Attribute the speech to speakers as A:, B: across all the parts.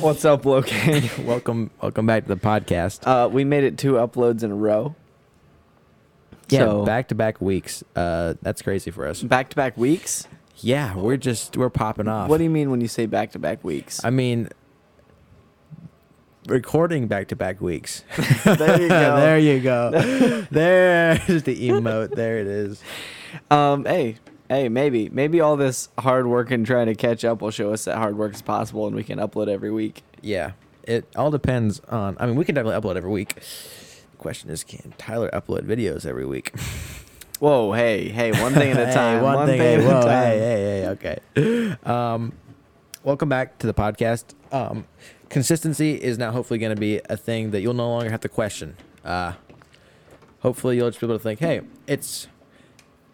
A: What's up, Loki?
B: welcome, welcome back to the podcast.
A: Uh, we made it two uploads in a row.
B: yeah,
A: so-
B: back to back weeks. Uh, that's crazy for us.
A: Back to back weeks?
B: Yeah, we're just we're popping off.
A: What do you mean when you say back to back weeks?
B: Uh, I mean, recording back to back weeks.
A: there you go.
B: there you go. There's the emote. There it is.
A: Um, hey, hey, maybe, maybe all this hard work and trying to catch up will show us that hard work is possible, and we can upload every week.
B: Yeah, it all depends on. I mean, we can definitely upload every week. The question is, can Tyler upload videos every week?
A: Whoa, hey, hey, one thing at a
B: Hey,
A: time.
B: one, thing, at a time.
A: time.
B: Hey, hey, hey, okay. Um, welcome back to the podcast. Um, consistency is now hopefully going to be a thing that you'll no longer have to question. Uh, hopefully, you'll just be able to think, hey, it's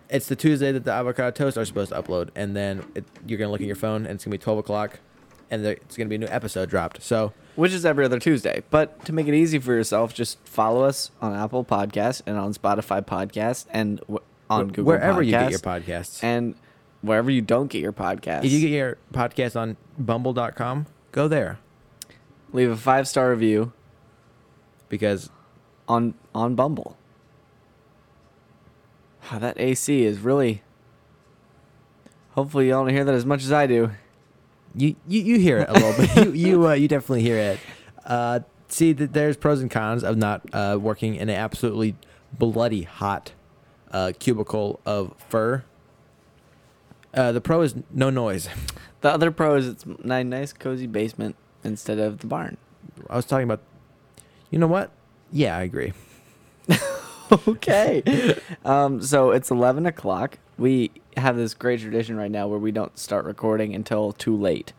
B: it's the Tuesday that the avocado toast are supposed to upload, and then it, you're going to look at your phone, and it's going to be 12 o'clock, and there, it's going to be a new episode dropped. So,
A: Which is every other Tuesday. But to make it easy for yourself, just follow us on Apple Podcasts and on Spotify Podcasts and w- on
B: wh-
A: Google
B: wherever you get your
A: Podcasts
B: podcasts,
A: and wherever you don't get your podcast,
B: if you get your podcast on bumble.com, go there
A: leave a five star review
B: because
A: on on Bumble. Wow, that AC is really. Hopefully, you all don't hear that as much as I do.
B: You you, you hear it a little bit. You you, uh, you definitely hear it. Uh, see that there's pros and cons of not uh, working in an absolutely bloody hot uh, cubicle of fur. Uh, the pro is no noise.
A: The other pro is it's a nice, cozy basement instead of the barn.
B: I was talking about. You know what? Yeah, I agree.
A: okay. um, so it's 11 o'clock. We have this great tradition right now where we don't start recording until too late.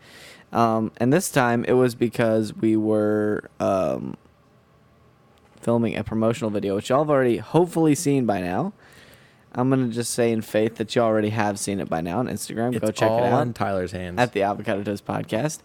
A: Um, and this time it was because we were um, filming a promotional video, which y'all have already hopefully seen by now. I'm going to just say in faith that you already have seen it by now on Instagram.
B: It's
A: Go check
B: all
A: it out
B: on Tyler's hands
A: at the Avocado Toast Podcast.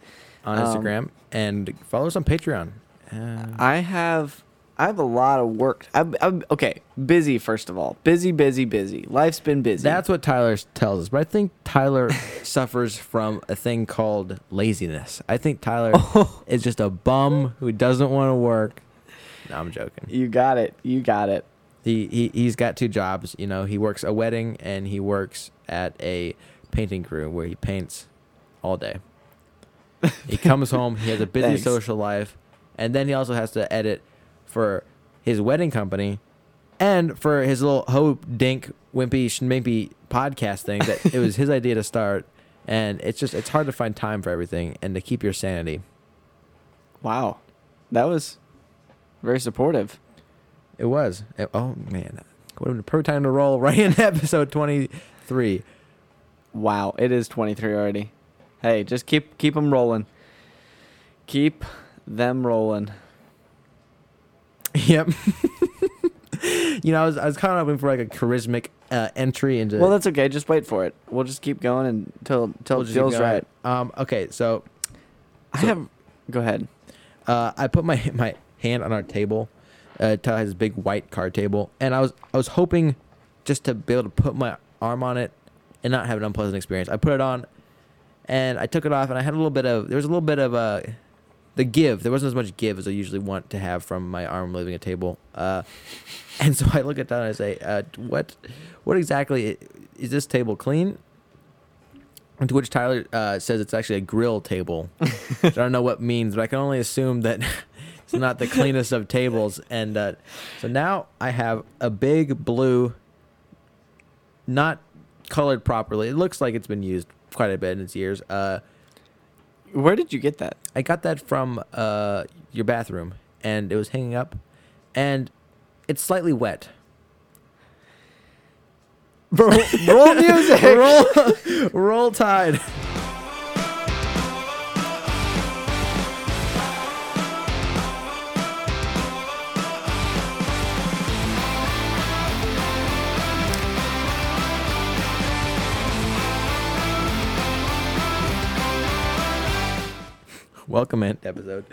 B: on
A: um,
B: Instagram and follow us on Patreon. Uh,
A: I have I have a lot of work. I'm, I'm okay. Busy first of all. Busy, busy, busy. Life's been busy.
B: that's what Tyler s- tells us, but I think Tyler suffers from a thing called laziness. I think Tyler is just a bum who doesn't want to work. No, I'm joking.
A: you got it. You got it.
B: He, he he's got two jobs. You know, he works a wedding and he works at a painting crew where he paints all day. He comes home. He has a busy
A: Thanks.
B: social life, and then he also has to edit for his wedding company and for his little ho dink wimpy schmimpy podcast thing that it was his idea to start. And it's just it's hard to find time for everything and to keep your sanity.
A: Wow, that was very supportive.
B: It was. It- oh man, what a perfect time to roll right in episode twenty three.
A: Wow, it is 23 already. Hey, just keep keep them rolling. Keep them rolling.
B: Yep. you know, I was I was kind of hoping for like a charismatic uh, entry into.
A: Well, that's okay. Just wait for it. We'll just keep going until until
B: We'll
A: it
B: just keep
A: feels
B: going.
A: right.
B: Um. Okay. So,
A: I
B: So-
A: have. Go ahead.
B: uh, I put my my hand on our table. Uh, Tyler has this big white card table, and I was I was hoping just to be able to put my arm on it and not have an unpleasant experience. I put it on, and I took it off, and I had a little bit of there was a little bit of uh, the give. There wasn't as much give as I usually want to have from my arm leaving a table. Uh, and so I look at that and I say, uh, "What, what exactly i- is this table clean?" And to which Tyler uh, says it's actually a grill table. I don't know what means, but I can only assume that it's not the cleanest of tables. And uh, so now I have a big blue, not colored properly. It looks like it's been used quite a bit in its years. Uh,
A: Where did you get that?
B: I got that from uh, your bathroom, and it was hanging up, and it's slightly wet.
A: Roll, roll music.
B: roll, roll tide. Welcome in to episode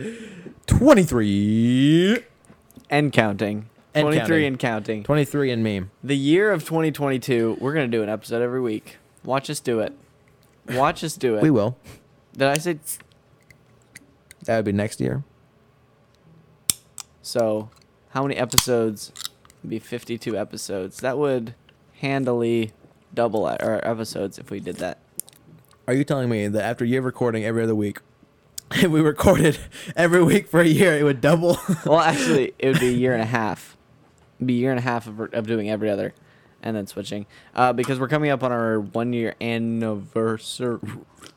B: 23.
A: And counting.
B: And
A: 23
B: counting.
A: and counting.
B: 23 and me.
A: The year of 2022, we're going to do an episode every week. Watch us do it. Watch us do it.
B: We will.
A: Did I say
B: that would be next year.
A: So, how many episodes? It'd be 52 episodes. That would handily double our episodes if we did that.
B: Are you telling me that after year of recording every other week, if we recorded every week for a year, it would double?
A: Well, actually, it would be a year and a half. Be a year and a half of, of doing every other, and then switching, uh, because we're coming up on our one year anniversary.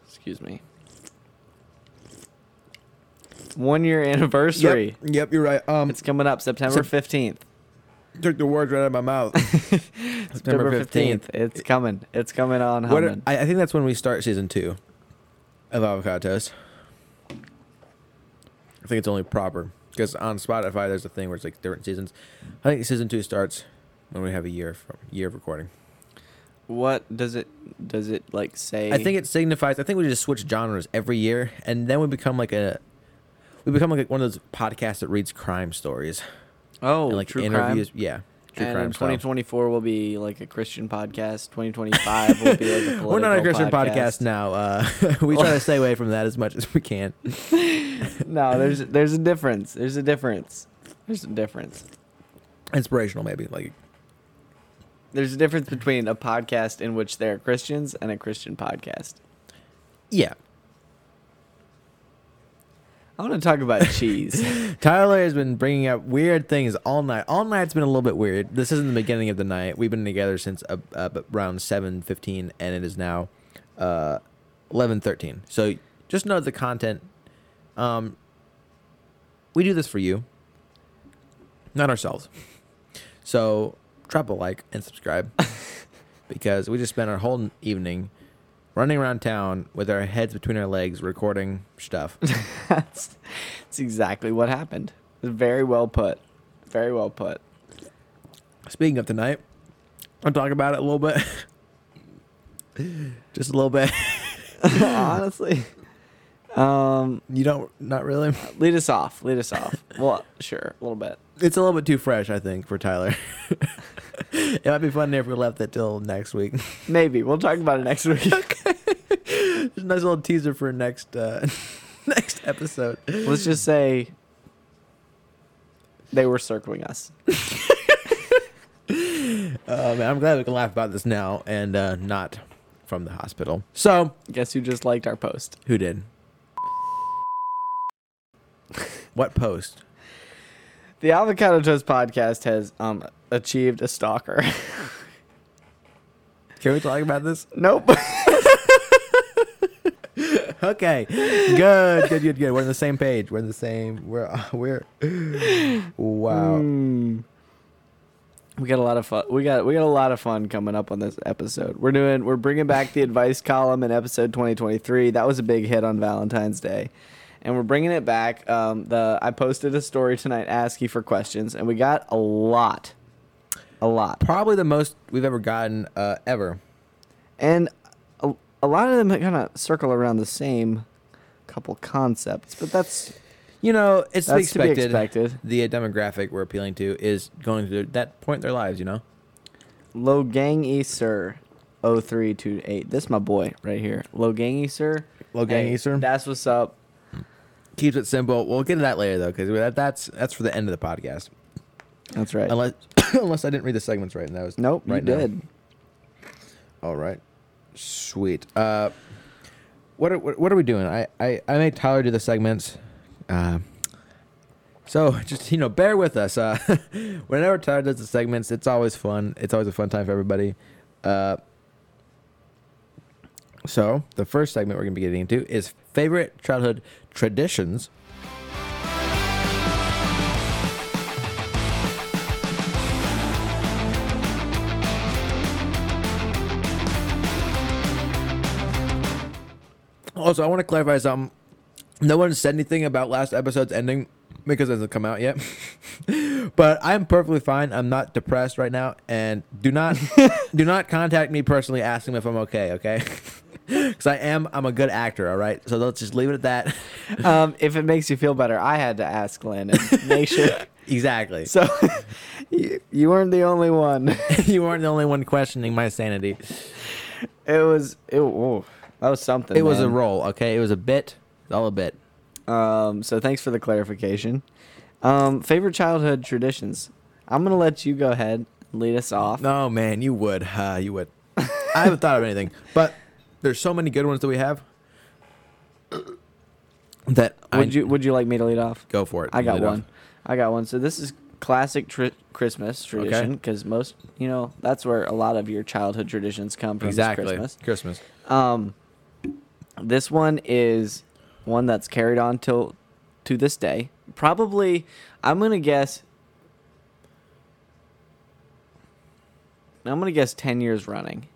A: Excuse me. One year anniversary.
B: Yep, yep, you're right. Um,
A: It's coming up September
B: Sep-
A: fifteenth.
B: took the words right out of my mouth.
A: September fifteenth. It's coming. It's coming on
B: What-
A: humming.
B: I, I think that's when we start season two of Avocado Toast. I think it's only proper because on Spotify there's a thing where it's like different seasons. I think season two starts when we have a year from year of recording.
A: what does it does it like say?
B: I think it signifies. I think we just switch genres every year, and then we become like a we become like one of those podcasts that reads crime stories
A: oh
B: and like
A: true
B: interviews.
A: crime.
B: Yeah, true
A: and
B: crime.
A: in
B: style.
A: 2024 will be like a Christian podcast. 2025 will be like a
B: We're not a
A: political
B: Christian podcast, now. Uh, we try to stay away from that as much as we can.
A: no, there's there's a difference. There's a difference. There's a difference.
B: Inspirational, maybe like
A: There's a difference between a podcast in which there are Christians and a Christian podcast.
B: yeah.
A: I want to talk about cheese.
B: Tyler has been bringing up weird things all night. All night's been a little bit weird. This isn't the beginning of the night. We've been together since uh, uh, around seven fifteen, and it is now uh, eleven thirteen. So just know the content. Um, we do this for you, not ourselves. So drop a like and subscribe because we just spent our whole evening running around town with our heads between our legs recording stuff.
A: that's, that's exactly what happened. Very well put. Very well put.
B: Speaking of tonight, I'll talk about it a little bit. Just a little bit.
A: Honestly. Um,
B: You don't, not really.
A: lead us off. Lead us off. Well, sure, a little bit.
B: It's a little bit too fresh, I think, for Tyler. it might be funny if we left it till next week.
A: Maybe we'll talk about it next week.
B: Just a nice little teaser for next uh, next episode.
A: Let's just say they were circling us.
B: Uh, man, I'm glad we can laugh about this now and uh, not from the hospital. So,
A: Guess who just liked our post?
B: who did? what post?
A: The Avocado Toast podcast has um achieved a stalker.
B: Can we talk about this?
A: nope.
B: Okay, good, good, good, good. We're on the same page. We're on the same. We're we're. Wow.
A: Hmm. We got a lot of fun. We got we got a lot of fun coming up on this episode. We're doing we're bringing back the advice column in episode 2023. That was a big hit on Valentine's Day, and we're bringing it back. Um, the I posted a story tonight asking for questions, and we got a lot, a lot.
B: Probably the most we've ever gotten uh, ever.
A: and a, a lot of them kind of circle around the same couple concepts but that's
B: You know, it's to be
A: That's to be
B: expected.
A: expected.
B: The uh, demographic we're appealing to is going through that point in their lives. You know,
A: logangi sir 0328 this my boy right here logangi sir
B: Logangi Sir.
A: that's what's up
B: keeps it simple. We'll get to that later though, because that, that's that's for the end of the podcast.
A: that's right
B: Unless unless I didn't read the segments right, and that was
A: nope
B: Right
A: you
B: now.
A: did
B: All right, sweet. Uh, what are what, what are we doing? I I I made Tyler do the segments. Uh, so just you know, bear with us. Uh, whenever Tyler does the segments, it's always fun. It's always a fun time for everybody. Uh, so the first segment we're gonna be getting into is favorite childhood traditions. Also, I want to clarify something. No one said anything about last episode's ending because it hasn't come out yet. but I'm perfectly fine. I'm not depressed right now, and do not do not contact me personally asking if I'm okay. Okay. Because I am, I'm a good actor, all right? So let's just leave it at that.
A: um, if it makes you feel better i had to ask landon make sure
B: exactly.
A: so you, you weren't the only one
B: you aren't the only one questioning my sanity.
A: it was it oh, that was something
B: It was a
A: man.
B: role, okay? It was a bit, all a bit.
A: Um, so thanks for the clarification. Um, favorite childhood traditions. I'm gonna let you go ahead and lead us off.
B: No, man, you would. Uh, you would. I haven't thought of anything, but there's so many good ones that we have. That I
A: Would you Would you like me to lead off?
B: go for it?
A: I got
B: Lead off.
A: one. I got one. So this is classic tri- Christmas tradition because most, you know, that's where a lot of your childhood traditions come from. is
B: Exactly.
A: Christmas.
B: Christmas.
A: Um, this one is one that's carried on till to this day. Probably, I'm gonna guess. I'm gonna guess ten years running,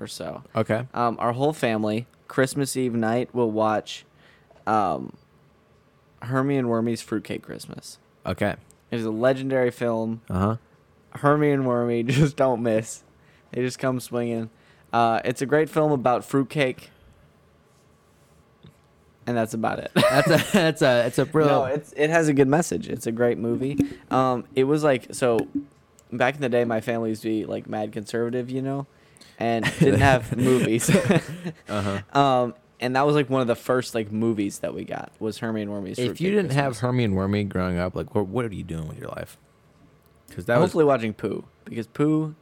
A: or so.
B: Okay.
A: Um, our whole family Christmas Eve night will watch, um, Hermie and Wormy's Fruitcake Christmas.
B: Okay.
A: It is a legendary film.
B: Uh huh.
A: Hermie and Wormy just don't miss. They just come swinging. Uh, it's a great film about fruitcake, and that's about it.
B: That's a that's a that's a real.
A: no, it's it has a good message. It's a great movie. Um, it was like so. Back in the day, my family used to be like mad conservative, you know, and didn't have movies.
B: uh-huh.
A: um, and that was like one of the first like movies that we got was Hermie and Wormy's.
B: If you
A: Fruitcake
B: didn't have
A: Christmas.
B: Hermie and Wormy growing up, like what, what are you doing with your life? Because that
A: hopefully watching Pooh because Pooh,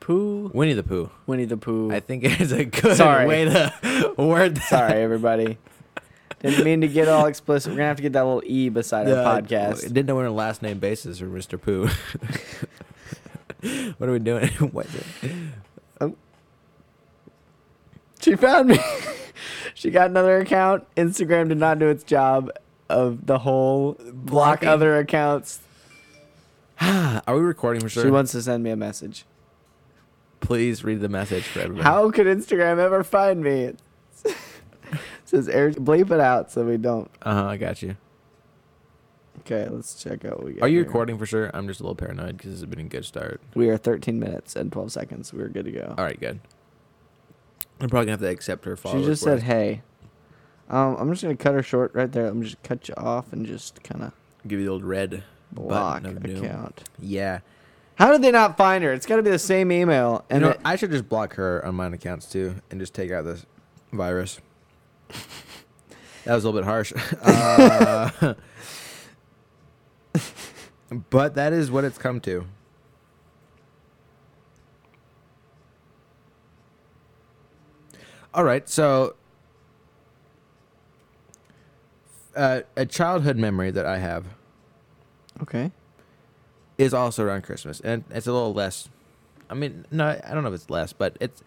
A: Pooh,
B: was Winnie the Pooh.
A: Winnie the Pooh.
B: I think it's a good
A: Sorry.
B: way to word that.
A: Sorry, everybody. Didn't mean to get all explicit. We're gonna have to get that little e beside
B: Uh,
A: our podcast.
B: Didn't know we're on a last name basis for Mr. Pooh. what are we doing? what is it?
A: She found me. she got another account. Instagram did not do its job of the whole block
B: Blocking.
A: other accounts.
B: Are we recording for sure?
A: She wants to send me a message.
B: Please read the message for everybody.
A: How could Instagram ever find me? It says air bleep it out so we don't.
B: Uh huh. I got you.
A: Okay, let's check out what we got.
B: Are you
A: here.
B: recording for sure? I'm just a little paranoid because this has been a good start.
A: We are 13 minutes and 12 seconds. We're good to go.
B: All right, good. I'm probably gonna have to accept her follow.
A: She just said, "Hey." Um, I'm just gonna cut her short right there. I'm just cut you off and just kind of
B: give you the old red
A: block
B: button of doom.
A: account.
B: Yeah.
A: How did they not find her? It's got to be the same email.
B: And
A: And it-
B: I should just block her on mine accounts too, and just take out this virus. that was a little bit harsh, uh, but that is what it's come to. All right, so uh, a childhood memory that I have
A: okay,
B: is also around Christmas, and it's a little less. I mean, no, I don't know if it's less, but it's.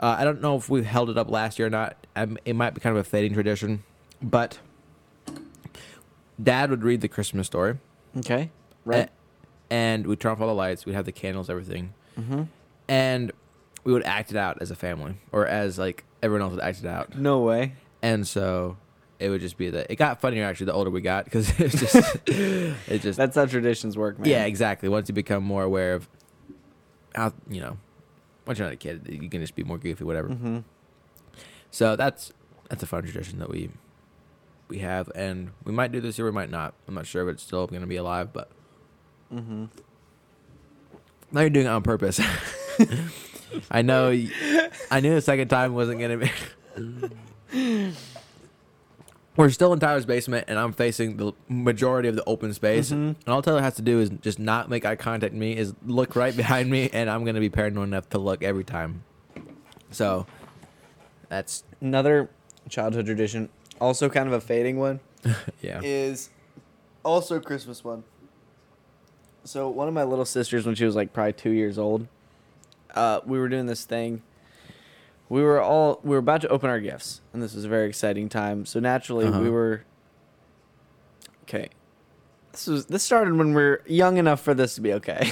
B: Uh, I don't know if we held it up last year or not. Um, it might be kind of a fading tradition, but Dad would read the Christmas story,
A: okay, Uh, right.
B: a- and we'd turn off all the lights. We'd have the candles, everything,
A: mm-hmm.
B: and we would act it out as a family, or as like everyone else would act it out.
A: No way.
B: And so it would just be that it got funnier actually the older we got because it just it just
A: That's how traditions work, man.
B: Yeah, exactly. Once you become more aware of how you know, once you're not a kid, you can just be more goofy, whatever.
A: Mm-hmm.
B: So that's that's a fun tradition that we we have, and we might do this year, we might not. I'm not sure if it's still going to be alive, but
A: Mm-hmm.
B: now you're doing it on purpose. I know. y- I knew the second time wasn't going to be. We're still in Tyler's basement, and I'm facing the majority of the open space.
A: Mhm.
B: And all Tyler has to do is just not make eye contact with me, is look right behind me, and I'm going to be paranoid enough to look every time. So that's,
A: Another childhood tradition, also kind of a fading one,
B: yeah.
A: is also a Christmas one. So one of my little sisters, when she was like probably two years old, uh, we were doing this thing. We were all we were about to open our gifts, and this was a very exciting time. So naturally,
B: Uh-huh.
A: we were. Okay, this was this started when we were young enough for this to be okay.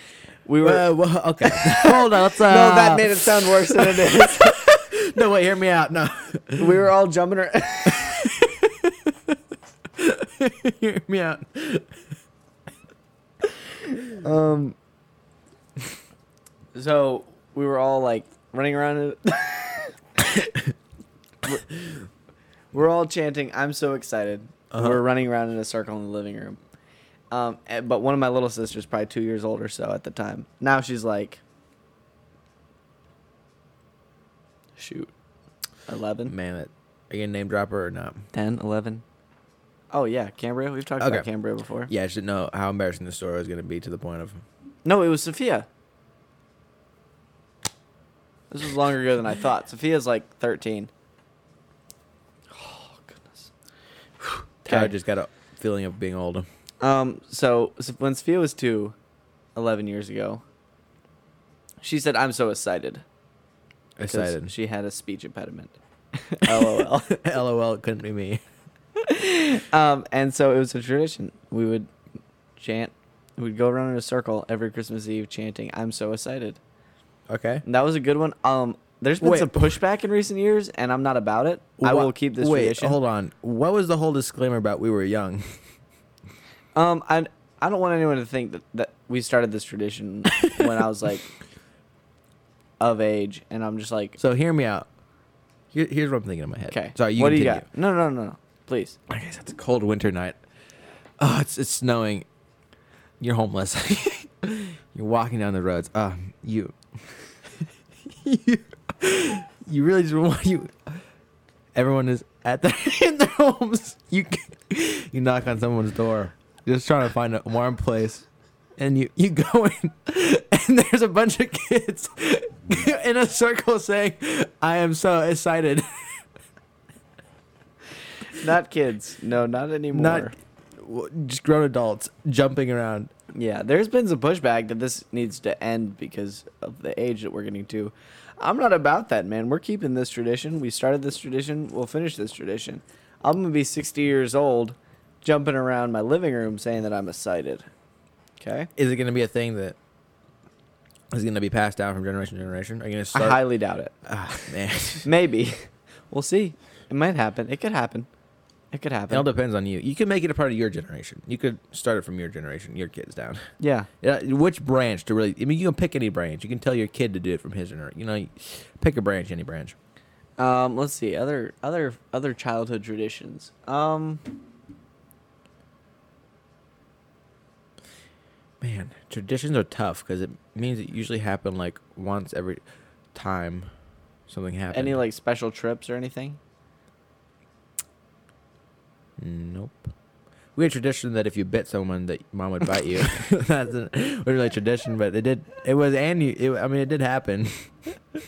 A: we were.
B: Uh, well, okay. Hold on. Let's, uh,
A: no, that made it sound worse than it is.
B: No, wait, hear me out. No.
A: we were all jumping around.
B: hear me out.
A: Um. So we were all like running around. in- We're- we're all chanting, "I'm so excited!"
B: Uh-huh.
A: We're running around in a circle in the living room. Um, and- but one of my little sisters, probably two years old or so at the time, now she's like, shoot, 11,
B: Man, that, are you a name dropper or not?
A: 10, 11, Oh yeah, Cambria. We've talked about
B: Okay.
A: Cambria before.
B: Yeah, I just didn't know how embarrassing the story was going to be to the point of.
A: No, it was Sophia. This was longer ago than I thought. Sophia's like 13. Oh goodness.
B: Tyler
A: Okay.
B: just got a feeling of being old.
A: Um. So, so when Sophia was two, 11 years ago, she said, "I'm so excited." 'cause
B: Excited.
A: She had a speech impediment. LOL.
B: LOL, it couldn't be me.
A: um, and so it was a tradition. We would chant. We'd go around in a circle every Christmas Eve chanting, "I'm so excited."
B: Okay.
A: And that was a good one. Um, there's been
B: Wait.
A: some pushback in recent years, and I'm not about it. I
B: Wha-
A: will keep this
B: Wait,
A: tradition.
B: hold on. What was the whole disclaimer about? We were young.
A: Um, I I don't want anyone to think that, that we started this tradition when I was like of age, and I'm just like,
B: So hear me out. Here, here's what I'm thinking in my head.
A: okay,
B: Sorry, you
A: what do you
B: continue.
A: got? No, no, no, no, please.
B: Okay, so it's a cold winter night. Oh, it's it's snowing. You're homeless. You're walking down the roads. Ah, you, you, you really just want you. Everyone is at their in their homes. You c- you knock on someone's door, just trying to find a warm place, and you you go in, and there's a bunch of kids in a circle saying, "I am so excited."
A: Not kids. No, not anymore.
B: Not w- just grown adults jumping around.
A: Yeah, there's been some pushback that this needs to end because of the age that we're getting to. I'm not about that, man. We're keeping this tradition. We started this tradition. We'll finish this tradition. I'm going to be 60 years old jumping around my living room saying that I'm excited. Okay?
B: Is it going to be a thing that is going to be passed down from generation to generation? Are you going to
A: I
B: start?
A: highly doubt it.
B: Ah, man,
A: Maybe. we'll see. It might happen. It could happen. It could
B: it all
A: happen.
B: depends on you. You could make it a part of your generation. You could start it from your generation, your kids down.
A: Yeah.
B: Yeah, which branch to really? I mean, you can pick any branch. You can tell your kid to do it from his generation. You know, you- pick a branch, any branch.
A: Um, let's see. Other other other childhood traditions. Um,
B: Man, traditions are tough because it means it usually happen like once every time something happens.
A: any like special trips or anything?
B: Nope. We had tradition that if you bit someone, that mom would bite you. That's a really tradition, but it did. It was and you. It, I mean, it did happen.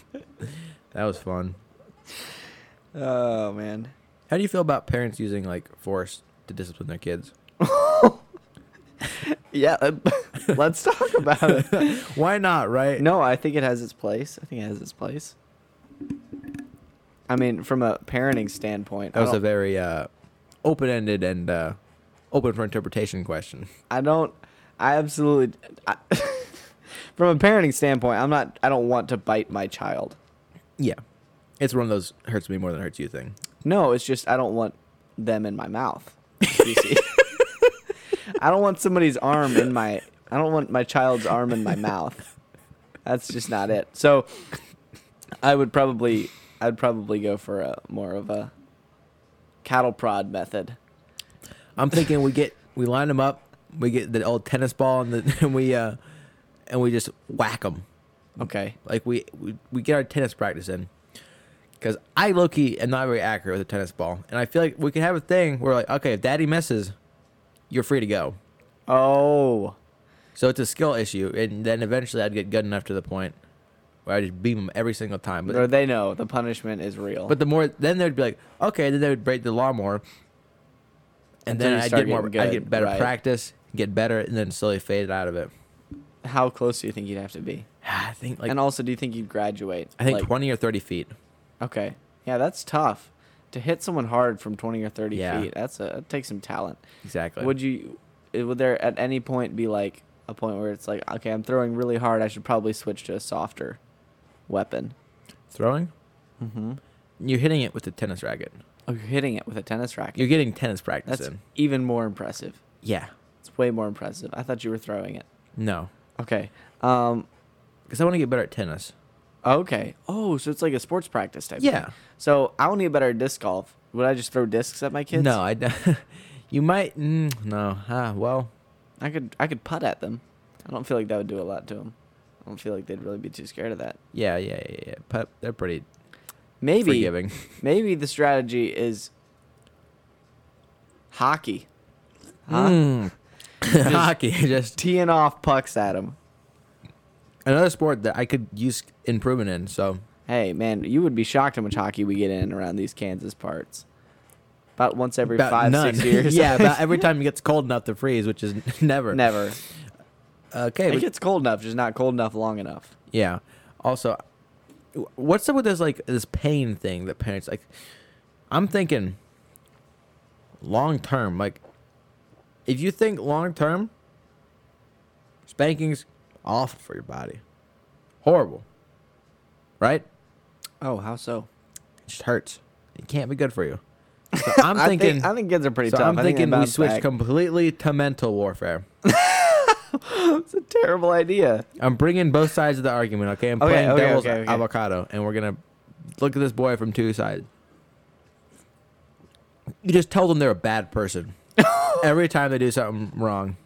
B: that was fun.
A: Oh, man.
B: How do you feel about parents using like force to discipline their kids?
A: Yeah, let- let's talk about it.
B: Why not? Right?
A: No, I think it has its place. I think it has its place. I mean, from a parenting standpoint,
B: that
A: I
B: was a
A: don't,
B: very uh, open-ended and uh, open for interpretation question.
A: I don't. I absolutely. I, from a parenting standpoint, I'm not. I don't want to bite my child.
B: Yeah, it's one of those hurts me more than hurts you thing.
A: No, it's just I don't want them in my mouth. You see, I don't want somebody's arm in my. I don't want my child's arm in my mouth. That's just not it. So, I would probably, I'd probably go for a more of a cattle prod method.
B: I'm thinking we get we line them up, we get the old tennis ball, and, the, and we uh, and we just whack them.
A: Okay.
B: Like we we, we get our tennis practice in. Because I low key am not very accurate with a tennis ball, and I feel like we could have a thing where like, okay, if Daddy misses, you're free to go.
A: Oh,
B: So it's a skill issue, and then eventually I'd get good enough to the point where I just beam them every single time.
A: or
B: But
A: they know the punishment is real.
B: but the more then they'd be like, okay, then they would break the law more, and
A: Until
B: then
A: you
B: I
A: start
B: get more,
A: getting
B: I
A: good,
B: get better
A: right.
B: practice, get better, and then slowly fade out of it.
A: how close do you think you'd have to be?
B: I think like
A: and also, do you think you'd graduate?
B: I think
A: Like-
B: twenty or thirty feet.
A: Okay. Yeah, that's tough. To hit someone hard from 20 or 30
B: Yeah.
A: feet, that's a that takes some talent.
B: Exactly.
A: Would you it- would there at any point be like a point where it's like, okay, I'm throwing really hard, I should probably switch to a softer weapon.
B: throwing?
A: Mm-hmm.
B: You're hitting it with a tennis racket.
A: Oh, you're hitting it with a tennis racket.
B: You're getting tennis practice
A: that's
B: in.
A: even more impressive.
B: Yeah.
A: It's way more impressive. I thought you were throwing it.
B: No.
A: Okay. Um
B: Because I want to get better at tennis.
A: okay. Oh, so it's like a sports practice type.
B: Yeah.
A: Thing. So I want to get better at disc golf. Would I just throw discs at my kids?
B: No, I. d- you might. Mm, no. Ah, well.
A: I could I could putt at them. I don't feel like that would do a lot to them. I don't feel like they'd really be too scared of that.
B: Yeah, yeah, yeah, yeah. But they're pretty
A: Maybe
B: forgiving.
A: maybe the strategy is Hockey. Huh?
B: Mm. Hockey. Just
A: Teeing off pucks at him.
B: another sport that I could use improvement in. So
A: Hey, man, you would be shocked how much hockey we get in around these Kansas parts. About once every
B: about
A: five,
B: none.
A: six years.
B: yeah, about every time it gets cold enough to freeze, which is never.
A: Never.
B: Okay.
A: It
B: but-
A: gets cold enough, just not cold enough long enough.
B: Yeah. Also, w- what's up with this like this pain thing that parents like? I'm thinking long term. Like, if you think long term, spankings awful for your body, horrible, right?
A: Oh, how so?
B: It just hurts. It can't be good for you. So I'm
A: I
B: thinking.
A: think, I think kids are pretty
B: so
A: tough.
B: I'm
A: I think they
B: thinking we
A: bounce
B: switch
A: back.
B: completely to mental warfare.
A: It's a terrible idea.
B: I'm bringing both sides of the argument, okay? I'm
A: Okay,
B: playing
A: okay,
B: devil's
A: okay, okay.
B: avocado, and we're gonna look at this boy from two sides. You just tell them they're a bad person every time they do something wrong,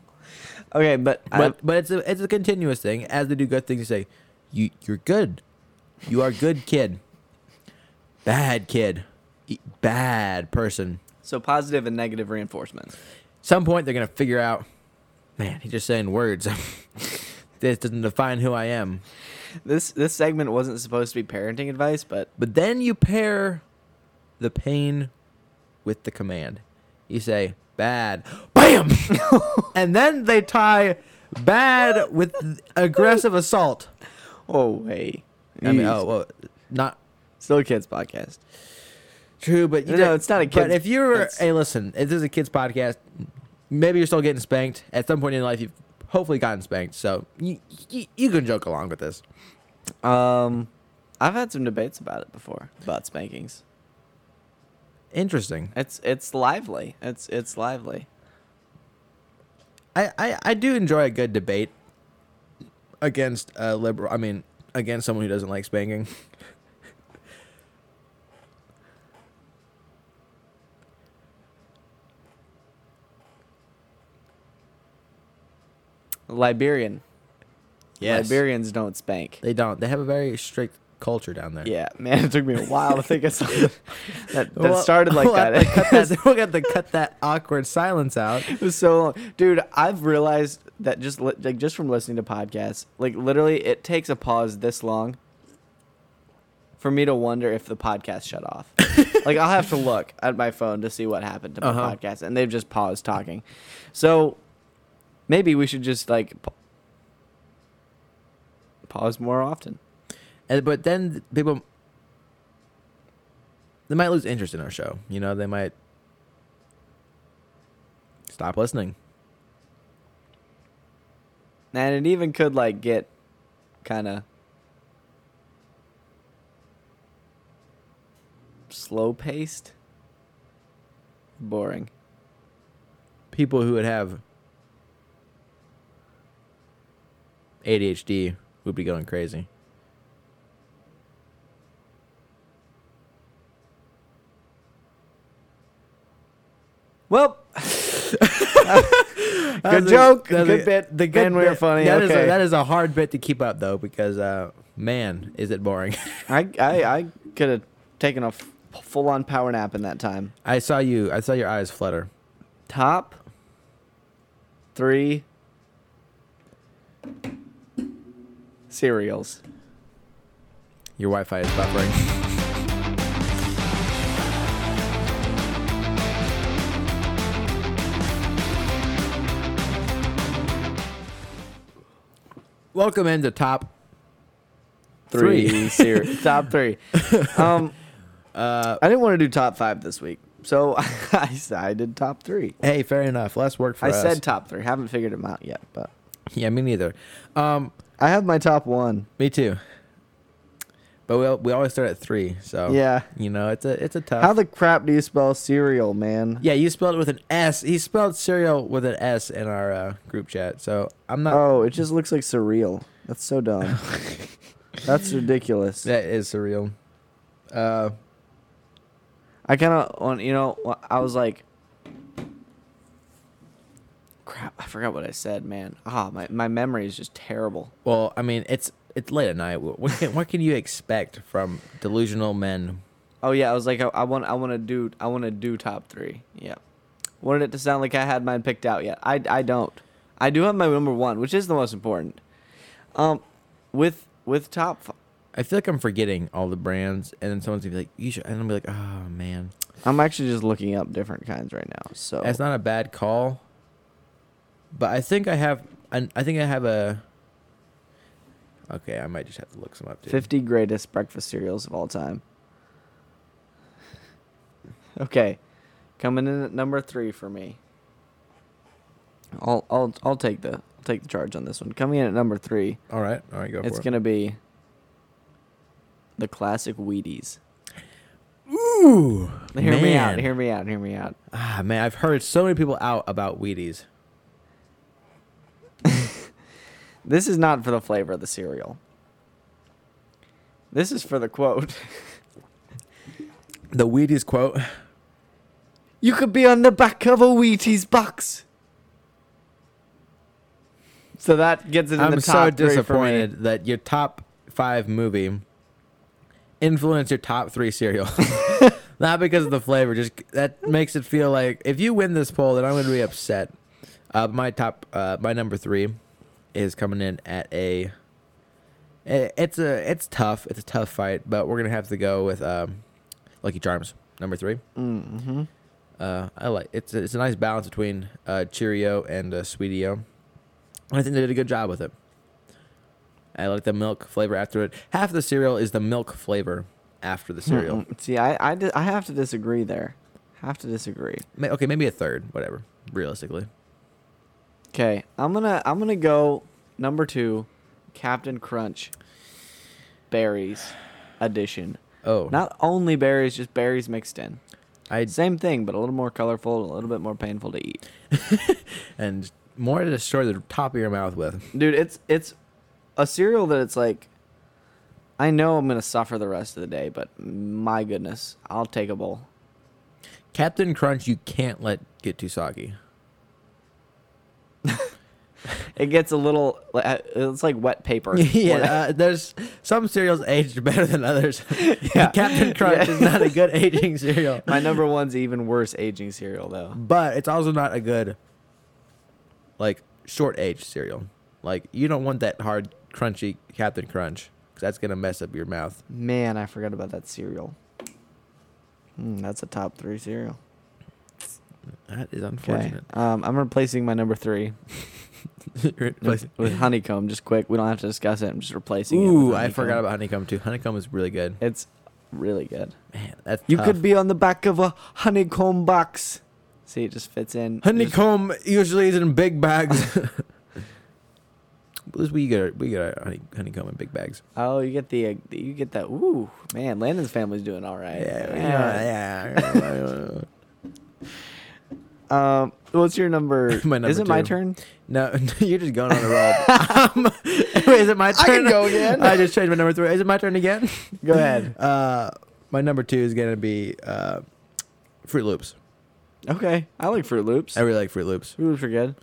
A: Okay, but, I,
B: but but it's a it's a continuous thing. As they do good things, you say, "You you're good, you are a good kid, bad kid, E- bad person."
A: so positive and negative reinforcements.
B: Some point they're gonna figure out, man, he's just saying words. this doesn't define who I am.
A: This this segment wasn't supposed to be parenting advice, but
B: But then you pair the pain with the command. You say bad, bam, and then they tie bad with aggressive assault.
A: oh hey,
B: I mean, oh, well, not
A: still a kids podcast.
B: true, but you
A: No,
B: know,
A: it's not a
B: But
A: kid's-
B: if you're,
A: it's-
B: hey, listen, if this is a kids podcast, maybe you're still getting spanked. At some point in your life, you've hopefully gotten spanked, so you, you, you can joke along with this.
A: Um, I've had some debates about it before about spankings.
B: Interesting.
A: It's it's lively. It's it's lively.
B: I, I, I do enjoy a good debate against a liberal. I mean, against someone who doesn't like spanking.
A: Liberian. Liberians don't spank.
B: They don't. They have a very strict culture down there.
A: Yeah, man, it took me a while to think of something that, that
B: Well,
A: started like
B: we'll
A: that.
B: Have to cut that. We'll have to cut that awkward silence out.
A: It was so long, dude. I've realized that just li- like just from listening to podcasts, like literally, it takes a pause this long for me to wonder if the podcast shut off. like I'll have to look at my phone to see what happened to my
B: Uh-huh.
A: podcast, and they've just paused talking. So maybe we should just like pa- pause more often.
B: And, but then people, they might lose interest in our show. You know, they might stop listening.
A: And it even could like get kind of slow paced, boring.
B: People who would have ADHD would be going crazy.
A: Well,
B: That's
A: good
B: a-
A: joke,
B: that's
A: good
B: a-
A: bit. The good man, we're
B: bit-
A: funny.
B: That is
A: okay.
B: a, that is a hard bit to keep up though, because uh, man, is it boring.
A: I I, I could have taken a full on power nap in that time.
B: I saw you. I saw your eyes flutter.
A: Top three cereals.
B: Your Wi-Fi is buffering. Welcome into top. Three.
A: three ser- top three. Um,
B: uh,
A: I didn't want to do top five this week, so I, s- I did top three.
B: Hey, fair enough. Less work for
A: I
B: us.
A: said top three. Haven't figured them out yet, but
B: yeah, me neither. Um,
A: I have my top one.
B: Me too. But we al- we always start at three, so
A: Yeah.
B: you know it's a it's a tough.
A: How the crap do you spell cereal, man?
B: yeah, you spelled it with an S. He spelled cereal with an S in our uh, group chat, so I'm not.
A: Oh, it just looks like surreal. That's so dumb. That's ridiculous.
B: That is surreal. Uh,
A: I kind of on you know wh- I was like, crap. I forgot what I said, man. Ah, my my memory is just terrible.
B: well, I mean it's it's late at night. Wh- What can, what can you expect from delusional men?
A: Oh yeah, I was like, I, I want, I want to do, I want to do top three. Yeah. wanted it to sound like I had mine picked out yet. I, I don't. I do have my number one, which is the most important. Um, with with top, f-
B: I feel like I'm forgetting all the brands, and then someone's gonna be like, "You should," and I'm gonna be like, "Oh man,
A: I'm actually just looking up different kinds right now. So
B: that's not a bad call." But I think I have, I, I think I have a. Okay, I might just have to look some up. Dude.
A: 50 greatest breakfast cereals of all time. Okay. Coming in at number 3 for me. I'll I'll I'll take the I'll take the charge on this one. Coming in at number 3,
B: All right, all right, go
A: it's
B: for
A: going to be the classic Wheaties.
B: it. Ooh,
A: Hear me out,
B: man.
A: hear me out, hear me out.
B: Ah, man, I've heard so many people out about Wheaties.
A: This is not for the flavor of the cereal. This is for the quote.
B: The Wheaties quote.
A: You could be on the back of a Wheaties box. So that gets it in
B: I'm
A: the top
B: so
A: three
B: disappointed that your top five movie influenced your top three cereal. Not because of the flavor, just that makes it feel like if you win this poll, then I'm going to be upset. Uh, my top, uh, my number three, is coming in at a. i- It's a, it's tough. It's a tough fight, but we're gonna have to go with um, Lucky Charms, number three.
A: for me. Mm-hmm.
B: Uh, I like it's a, it's a nice balance between uh, Cheerio and uh, Sweetio. And I think they did a good job with it. I like the milk flavor after it. Half the cereal is the milk flavor after the cereal.
A: Mm-mm. Mm-hmm. See, I, I, di- I have to disagree there. Have to disagree.
B: Ma- okay, maybe a third, whatever. Realistically,
A: Okay, I'm gonna I'm gonna go number two, Captain Crunch, berries, edition.
B: oh,
A: Not only berries, just berries mixed in.
B: I
A: Same thing, but a little more colorful, a little bit more painful to eat.
B: and more to destroy the top of your mouth with.
A: dude it's it's a cereal that it's like i know i'm gonna suffer the rest of the day but my goodness i'll take a bowl
B: Captain Crunch, you can't let get too soggy.
A: it gets a little like, uh, it's like wet paper
B: yeah,
A: Like-
B: uh, there's some cereals aged better than others.
A: Yeah.
B: Captain Crunch
A: Yeah.
B: is not a good aging cereal.
A: my number one's even worse aging cereal though
B: but it's also not a good like short age cereal like you don't want that hard crunchy captain crunch because that's gonna mess up your mouth
A: man i forgot about that cereal Mm, that's a top three cereal
B: that is
A: okay
B: unfortunate
A: um, i'm replacing my number three
B: You're replacing-
A: with honeycomb just quick we don't have to discuss it i'm just replacing it with
B: ooh i
A: honeycomb.
B: forgot about honeycomb too honeycomb is really good
A: it's really good
B: man that's
A: You
B: tough.
A: could be on the back of a honeycomb box. See, it just fits in.
B: honeycomb usually is in big bags we get our, we get our honey, honeycomb in big bags
A: Oh, you get the uh, you get that. Ooh, man, Landon's family's doing all right.
B: yeah, yeah.
A: yeah. Um, what's your number?
B: My number
A: Is it my
B: two.
A: turn?
B: No, you're just going on a roll. um, is it my turn?
A: I can go again.
B: I just changed my number three. Is it my turn again?
A: Go ahead.
B: Uh, my number two is gonna be uh, Fruit Loops.
A: Okay, I like Fruit Loops.
B: I really like Fruit Loops.
A: Fruit Loops are good.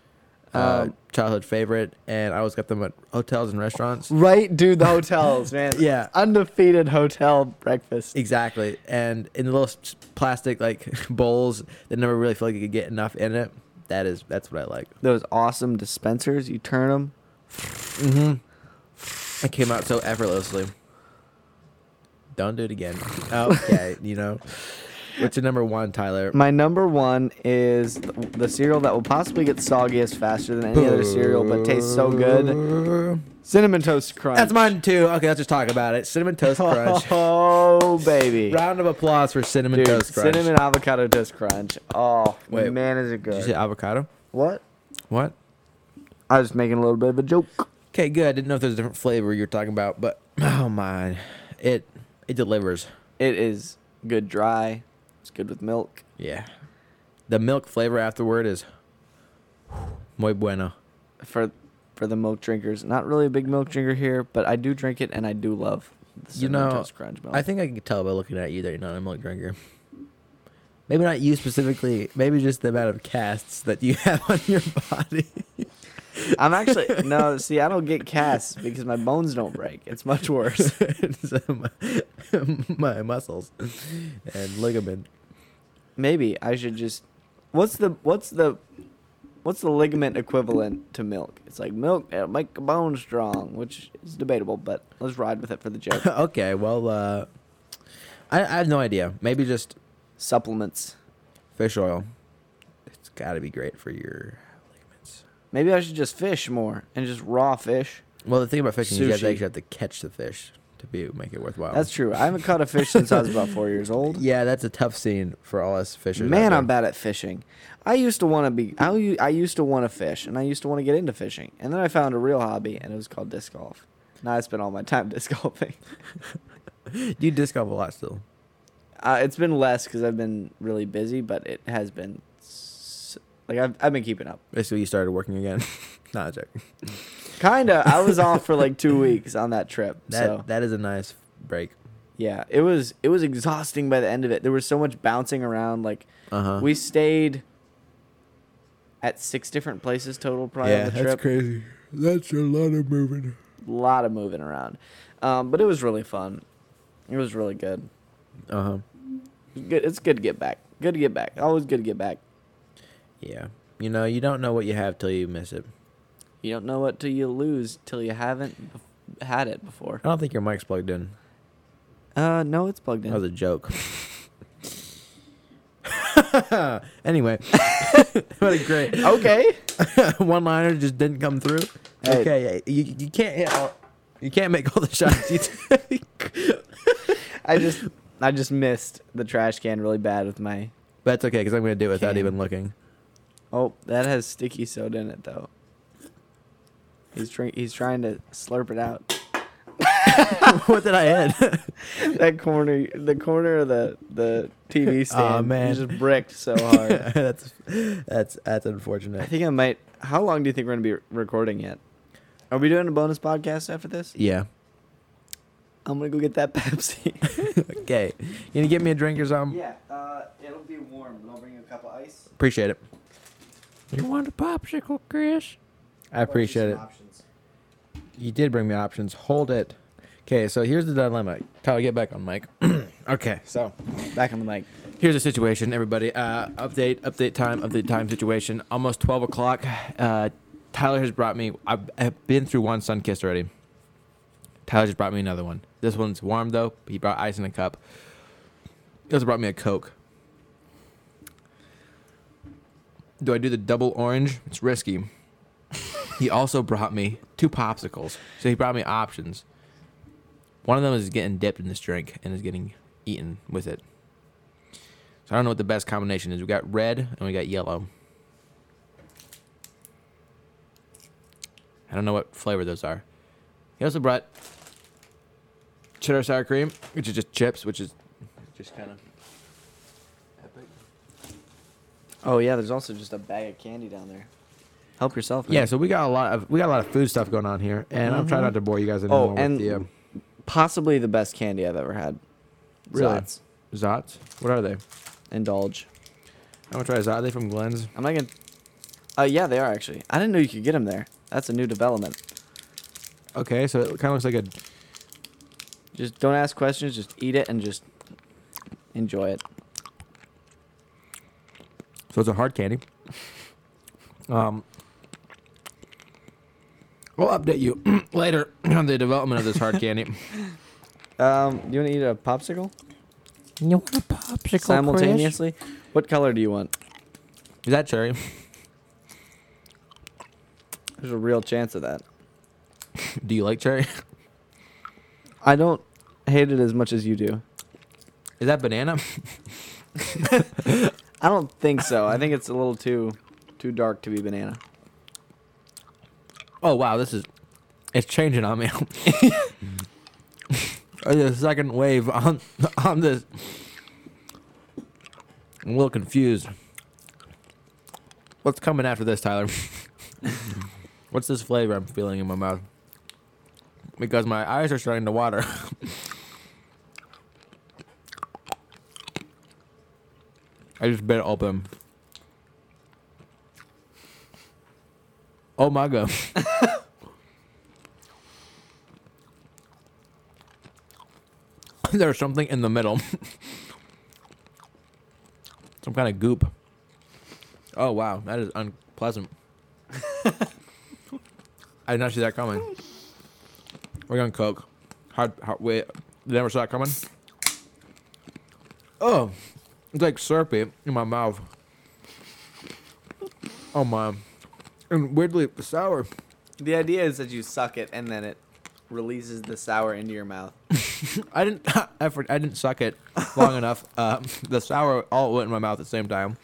B: Uh,
A: Um,
B: childhood favorite, and I always got them at hotels and restaurants.
A: right, dude. The hotels, man.
B: Yeah.
A: undefeated hotel breakfast.
B: Exactly, and in the little s- plastic like bowls that never really feel like you could get enough in it. That is that's what I like.
A: Those awesome dispensers. You turn them.
B: Mm-hmm. It came out so effortlessly. Don't do it again. Okay, you know. What's your number one, Tyler?
A: My number one is th- the cereal that will possibly get soggiest faster than any other cereal, but tastes so good. Cinnamon Toast Crunch.
B: That's mine too. Okay, let's just talk about it. Cinnamon Toast Crunch.
A: Oh baby.
B: Round of applause for Cinnamon
A: Dude,
B: Toast Crunch.
A: cinnamon avocado toast crunch. Oh
B: Wait,
A: man, is it
B: Did you
A: good?
B: say avocado?
A: what?
B: What?
A: I was making a little bit of a joke.
B: Okay, good. I didn't know if there's a different flavor you're talking about, but oh my, it it delivers.
A: It is good dry. It's good with milk.
B: Yeah, the milk flavor afterward is muy bueno.
A: For for the milk drinkers. Not really a big milk drinker here, but I do drink it and I do love the
B: You
A: cinnamon
B: know,
A: toast crunch milk.
B: I think I can tell by looking at you that you're not a milk drinker. Maybe not you specifically. Maybe just the amount of casts that you have on your body.
A: I'm actually no, see I don't get casts because my bones don't break. It's much worse.
B: So my, my muscles and ligament.
A: Maybe I should just what's the what's the what's the ligament equivalent to milk? It's like milk it'll make a bone strong, which is debatable, but let's ride with it for the joke.
B: okay, well, uh, I, I have no idea. Maybe just
A: Supplements.
B: fish oil. It's got to be great for your ligaments.
A: Maybe I should just fish more and just raw fish.
B: Well, the thing about fishing is you have, to
A: Sushi.
B: actually have to catch the fish to be make it worthwhile.
A: That's true. I haven't caught a fish since I was about four years old.
B: Yeah, that's a tough scene for all us fishers. out
A: Man,
B: there.
A: I'm bad at fishing. I used to want to be. I, u- I used to want to fish, and I used to want to get into fishing. And then I found a real hobby, and it was called disc golf. Now I spend all my time disc golfing.
B: You disc golf a lot still.
A: Uh, it's been less because I've been really busy, but it has been s- like I've I've been keeping up.
B: Basically, you started working again. Not a joke.
A: Kinda. I was off for like two weeks on that trip.
B: That
A: so
B: that is a nice break.
A: yeah, it was it was exhausting by the end of it. There was so much bouncing around. Like
B: Uh huh.
A: we stayed at six different places total. Probably on
B: yeah,
A: the
B: that's
A: trip.
B: crazy. That's a lot of moving.
A: lot of moving around. Um, but it was really fun. It was really good.
B: Uh
A: Uh-huh.
B: huh.
A: good. It's good to get back. Good to get back. Always good to get back.
B: Yeah. You know, you don't know what you have till you miss it.
A: You don't know what till you lose till you haven't bef- had it before.
B: I don't think your mic's plugged in.
A: Uh, no, it's plugged
B: That was
A: in.
B: a joke. anyway, what a great
A: Okay.
B: one liner just didn't come through.
A: Hey.
B: Okay, you, you can't hit all, you can't make all the shots you take.
A: I just I just missed the trash can really bad with my.
B: But that's okay because I'm gonna do it without
A: Can.
B: even looking.
A: Oh, that has sticky soda in it though. He's drink. He's trying to slurp it out.
B: what did I add?
A: That corner, the corner of the the TV stand.
B: Aw, man.
A: you just bricked so hard.
B: that's that's that's
A: I
B: unfortunate.
A: think I might. How long do you think we're gonna be recording yet? Are we doing a bonus podcast after this?
B: Yeah.
A: I'm gonna go get that Pepsi.
B: Okay. You gonna get me a drink or something?
A: yeah, uh, it'll be warm, but I'll bring you a cup of ice.
B: Appreciate it. You want a popsicle, Chris? I appreciate it. You did bring me options. Hold it. Okay, so here's the dilemma. Kyle, get back on mic. okay, so
A: Back on the mic.
B: here's the situation, everybody. Uh, update, update time, update time situation. Almost 12 o'clock. Uh, Tyler has brought me, I've, I've been through one sun kiss already. Tyler just brought me another one. This one's warm, though. He brought ice in a cup. He also brought me a Coke. Do I do the double orange? It's risky. he also brought me two popsicles. So he brought me options. One of them is getting dipped in this drink and is getting eaten with it. So I don't know what the best combination is. We got red and we got yellow. I don't know what flavor those are. He also brought cheddar sour cream, which is just chips, which is just kind of epic.
A: Oh yeah, there's also just a bag of candy down there. Help yourself. man.
B: Yeah, so we got a lot of we got a lot of food stuff going on here, and I'm trying not to bore you guys anymore
A: Oh,
B: with
A: and
B: the um,
A: possibly the best candy I've ever had.
B: Really?
A: Zots.
B: Zots. What are they?
A: Indulge.
B: I'm gonna try Zot. Are they from Glenn's?
A: I'm not gonna. Uh, yeah, they are actually. I didn't know you could get them there. That's a new development.
B: Okay, so it kind of looks like a
A: Just don't ask questions. Just eat it and just enjoy it.
B: So it's a hard candy. Um, we'll update you later on the development of this hard candy.
A: Um, you want to eat a popsicle?
B: you want a popsicle
A: simultaneously. What color do you want?
B: Is that cherry?
A: There's a real chance of that.
B: Do you like cherry?
A: I don't hate it as much as you do.
B: Is that banana?
A: I don't think so. I think it's a little too too dark to be banana.
B: Oh wow, this is it's changing on me. Oh, the second wave on on this. I'm a little confused. What's coming after this, Tyler? What's this flavor I'm feeling in my mouth? Because my eyes are starting to water. I just bit open. Oh my god. There's something in the middle. Some kind of goop. Oh wow, that is unpleasant. I did not see that coming. We're going Coke. Hard, hard wait. Never saw that coming. Oh, it's like syrupy in my mouth. Oh my, and weirdly sour.
A: The idea is that you suck it and then it releases the sour into your mouth.
B: I didn't effort. I didn't suck it long enough. Uh, the sour all went in my mouth at the same time.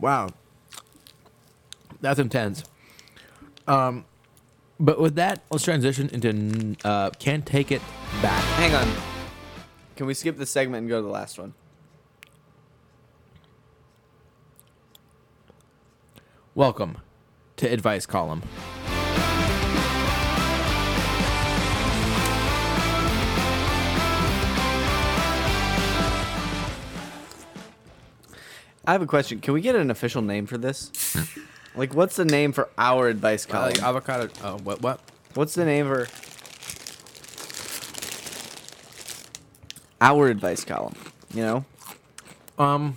B: Wow, that's intense. Um, but with that, let's transition into uh, can't take it back.
A: Hang on. Can we skip this segment and go to the last one?
B: Welcome to advice column.
A: I have a question. Can we get an official name for this? like, what's the name for our advice column?
B: like avocado. Oh, what? What?
A: what's the name for our advice column? You know,
B: Um.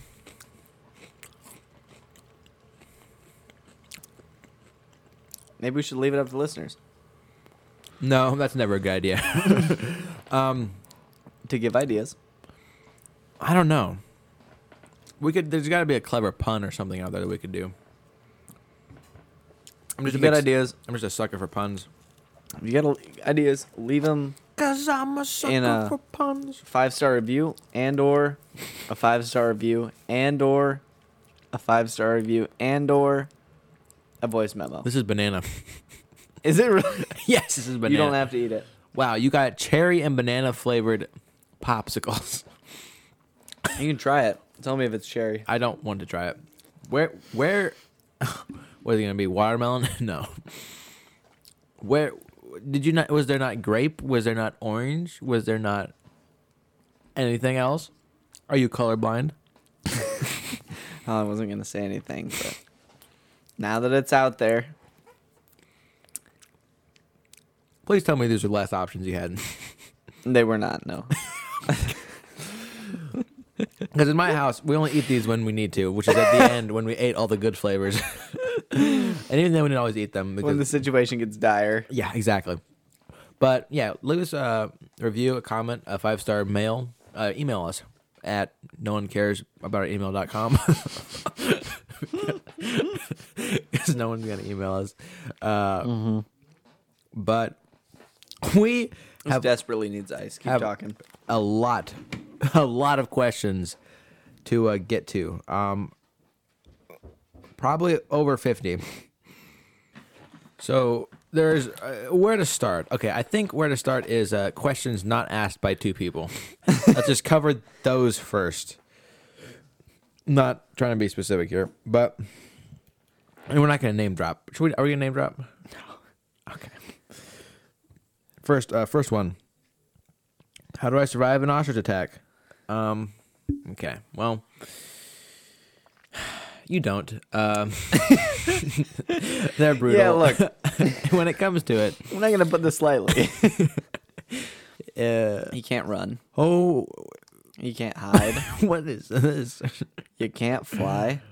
A: maybe we should leave it up to the listeners
B: No, that's never a good idea.
A: to give ideas.
B: I don't know. We could. There's got to be a clever pun or something out there that we could do. I'm
A: If
B: just a
A: you got
B: big-
A: ideas,
B: I'm just a sucker for puns.
A: if you got a- ideas, leave them
B: Cause I'm a sucker
A: In a- for
B: puns.
A: five star review and or a five star review and or a five star review and or a voice memo.
B: This is banana.
A: Is it really?
B: yes, this is banana.
A: You don't have to eat it.
B: Wow, you got cherry and banana flavored popsicles.
A: You can try it. Tell me if it's cherry.
B: I don't want to try it. Where where was it gonna be? Watermelon? no. Where did you not was there not grape? Was there not orange? Was there not anything else? Are you colorblind?
A: Oh, I wasn't gonna say anything, but now that it's out there,
B: Please tell me these are less options you had.
A: they were not. No,
B: Because in my house, we only eat these when we need to, which is at the end when we ate all the good flavors. and even then, we didn't always eat them. Because,
A: when the situation gets dire,
B: yeah, exactly. But yeah, leave us a review, a comment, a five star mail. Uh, email us at no one cares about email.com. Because no one's going to email us. Uh,
A: Mm-hmm.
B: But we
A: this
B: have
A: desperately needs ice. Keep
B: have-
A: talking.
B: a lot, a lot of questions to uh, get to. Um, probably over fifty. So there's uh, where to start. Okay, I think where to start is uh, questions not asked by two people. Let's just cover those first. Not trying to be specific here, but and we're not going to name drop. Should we? Are we going to name drop? No. Okay. First, uh, first one. How do I survive an ostrich attack? Um, okay. Well, you don't. Um, they're brutal.
A: Yeah, look,
B: when it comes to it,
A: we're not gonna put this lightly.
B: uh,
A: you can't run.
B: oh,
A: You can't hide.
B: what is this?
A: you can't fly.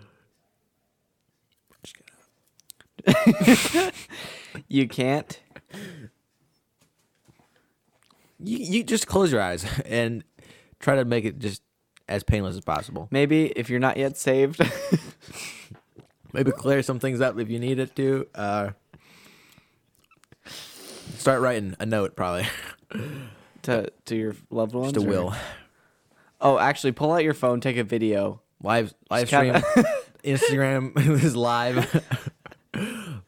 A: you can't.
B: You, you just close your eyes and try to make it just as painless as possible.
A: Maybe if you're not yet saved,
B: Maybe clear some things up if you need it to. Uh, start writing a note, probably
A: to to your loved ones.
B: just a
A: or-
B: will.
A: Oh, actually, pull out your phone, take a video.
B: live live stream
A: kinda-
B: Instagram is live.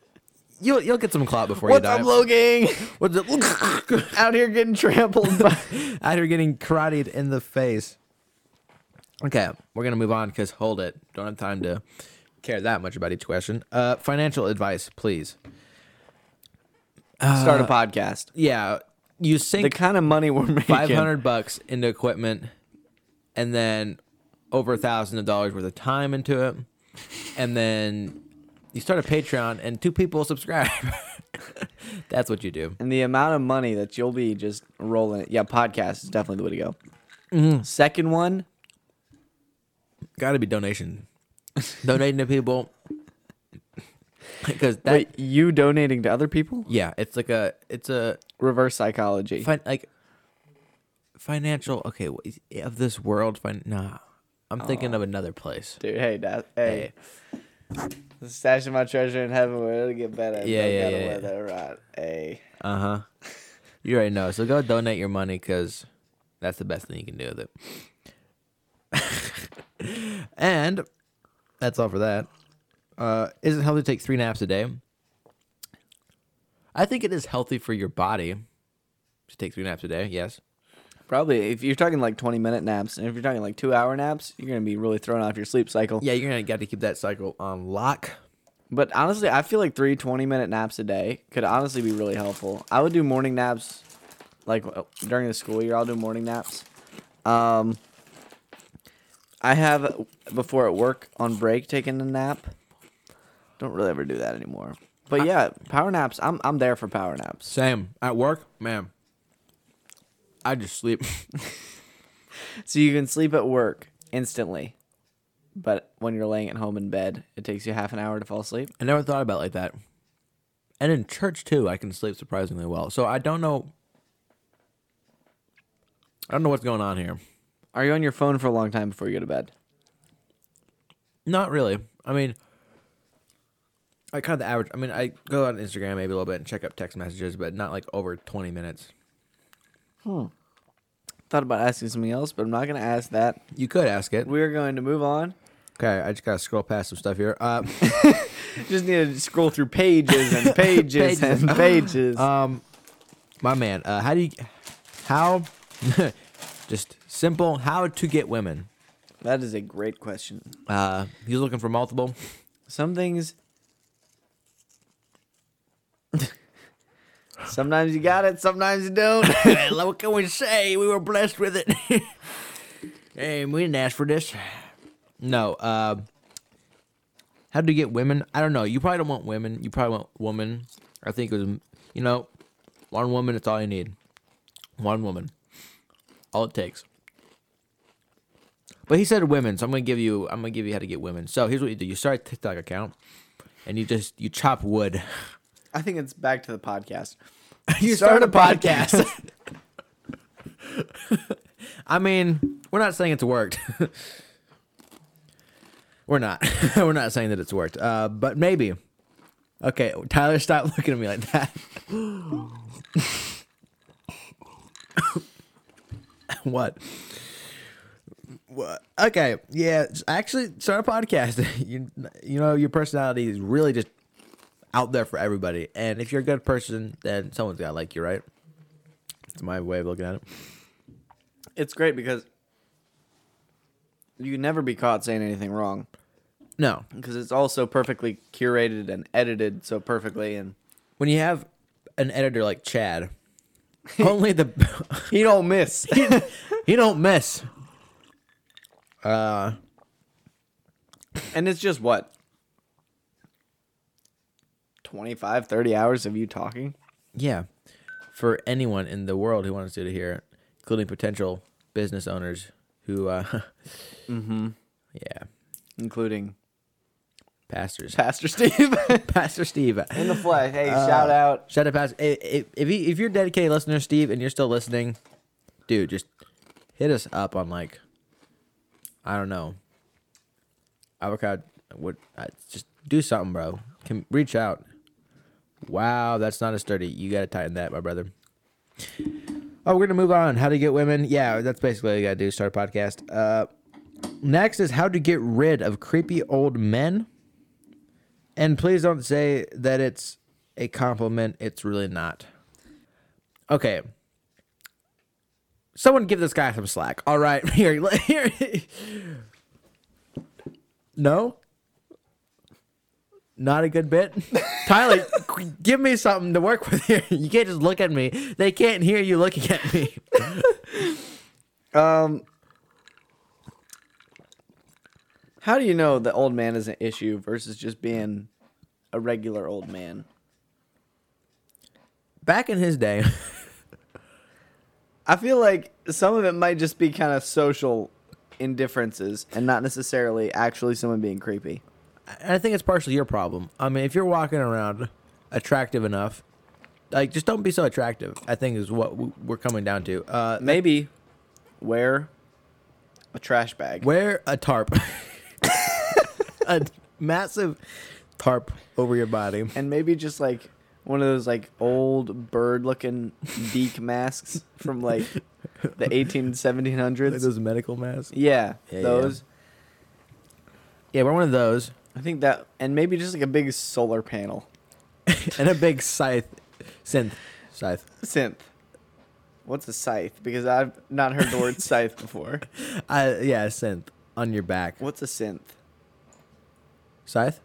B: you'll you'll get some clout before
A: What's
B: you die.
A: up, Logan?
B: What's up?
A: out here getting trampled by.
B: After getting karate in the face. Okay, we're gonna move on because hold it, don't have time to care that much about each question. Uh, financial advice, please.
A: Start a podcast.
B: Yeah, you
A: The
B: sink
A: kind of money we're making.
B: five hundred bucks into equipment, and then over a thousand dollars worth of time into it, and then you start a Patreon, and two people subscribe. That's what you do.
A: And the amount of money that you'll be just rolling it. Yeah, podcast is definitely the Mm-hmm. way to go. Second one,
B: Got to be donation. donating to people because that
A: Wait, you donating to other people?
B: yeah, it's like a it's a
A: Reverse psychology.
B: fin- like financial okay wha- is- of this world. Fin- nah, I'm thinking of another place.
A: Dude, hey, that, hey, stashing my treasure in heaven where it'll get better.
B: Yeah,
A: no
B: yeah,
A: matter
B: yeah,
A: whether, right? Hey,
B: Uh huh. You already know. So go donate your money because that's the best thing you can do with it. and that's all for that. Uh, is it healthy to take three naps a day? I think it is healthy for your body to take three naps a day. Yes.
A: probably if you're talking like 20 minute naps, and if you're talking like two hour naps, you're gonna be really thrown off your sleep cycle.
B: Yeah, you're gonna got to keep that cycle on lock.
A: But honestly, I feel like three 20 minute naps a day could honestly be really helpful. I would do morning naps like uh, during the school year, I'll do morning naps. Um, I have before at work on break taking a nap. Don't really ever do that anymore. But yeah, power naps. I'm I'm there for power naps.
B: Same at work, man. I just sleep.
A: So you can sleep at work instantly. But when you're laying at home in bed, it takes you half an hour to fall asleep.
B: I never thought about it like that. And in church too, I can sleep surprisingly well. So I don't know. I don't know what's going on here.
A: Are you on your phone for a long time before you go to bed?
B: Not really. I mean, I kind of the average. I mean, I go on Instagram maybe a little bit and check up text messages, but not like over twenty minutes.
A: Thought about asking something else, but I'm not gonna ask that.
B: You could ask it.
A: We're going to move on.
B: Okay, I just gotta scroll past some stuff here. Uh,
A: Just need to scroll through pages and pages,
B: Pages.
A: and pages.
B: Um, my man, uh, how do you, how, just simple, how to get women?
A: that is a great question.
B: Uh, he's looking for multiple.
A: Some things. sometimes you got it, sometimes you don't.
B: what can we say? We were blessed with it. and we didn't ask for this. No. Uh, how do you get women? I don't know. You probably don't want women. You probably want woman. I think it was, you know, one woman. It's all you need. One woman. All it takes. But he said women, so I'm gonna give you. I'm gonna give you how to get women. So here's what you do: you start a TikTok account, and you just you chop wood.
A: I think it's back to the podcast.
B: you
A: Start a podcast.
B: I mean, we're not saying it's worked. we're not. we're not saying that it's worked. Uh, but maybe. Okay, Tyler, stop looking at me like that. what? What? Okay, yeah. s- Actually, start a podcast. you, you know, your personality is really just out there for everybody. And if you're a good person, then someone's gotta like you, right? It's my way of looking at it.
A: it's great because you can never be caught saying anything wrong
B: No,
A: because it's all so perfectly curated and edited so perfectly. And
B: when you have an editor like Chad, only the
A: he don't miss.
B: he don't miss.
A: and it's just what? 25, 30 hours of you talking?
B: Yeah, for anyone in the world who wants to hear it, including potential business owners who, uh, Mm-hmm. yeah,
A: including
B: pastors.
A: Pastor Steve Uh,
B: Pastor Steve.
A: in the flesh. Hey, shout out.
B: Shout out, Pastor. i- i- If you if you're a dedicated listener, Steve, and you're still listening, dude, just hit us up on like, I don't know, avocado. What? I- Just do something, bro. Can reach out. Wow, that's not as sturdy. You gotta tighten that, my brother. Oh, we're gonna move on. How to get women? Yeah, that's basically what you gotta do. Start a podcast. Uh, next is how to get rid of creepy old men. And please don't say that it's a compliment. It's really not. Okay. Someone give this guy some slack. All right. Here. let- here. No? Not a good bit? Tyler, qu- give me something to work with here. You can't just look at me. They can't hear you looking at me.
A: Um, how do you know the old man is an issue versus just being a regular old man?
B: Back in his day,
A: I feel like some of it might just be kind of social indifferences and not necessarily actually someone being creepy.
B: And I think it's partially your problem. I mean, if you're walking around attractive enough, like just don't be so attractive. I think is what w- we're coming down to. Uh,
A: Maybe wear a trash bag.
B: wear a tarp, a massive tarp over your body.
A: and maybe just like one of those like old bird looking beak masks from like the 18
B: Like
A: 1700s
B: those medical masks.
A: yeah,
B: Yeah, yeah.
A: those
B: Yeah, wear one of those
A: i think that and maybe just like a big solar panel
B: and a big scythe, synth, scythe.
A: synth what's a scythe because i've not heard the word scythe before
B: Uh, yeah, a synth on your back.
A: what's a synth
B: Scythe.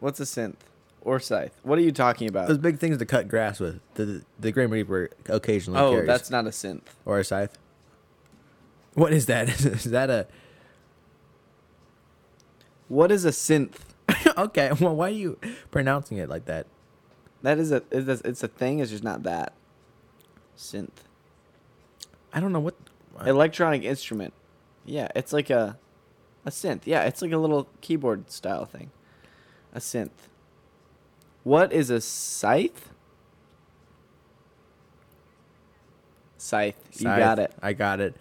A: what's a synth or scythe what are you talking
B: Those
A: about
B: big things to cut grass with. The the Grim Reaper occasionally
A: oh
B: carries.
A: that's not a synth
B: or a scythe. What is that? is that a
A: what is a synth
B: okay? Well, why are you pronouncing it like that?
A: that is a it's a, it's a thing it's just not that synth
B: I don't know what.
A: electronic instrument. Yeah, it's like a a synth. Yeah, it's like a little keyboard style thing. A synth. What is a scythe? Scythe. You got
B: Scythe.
A: it.
B: I got it.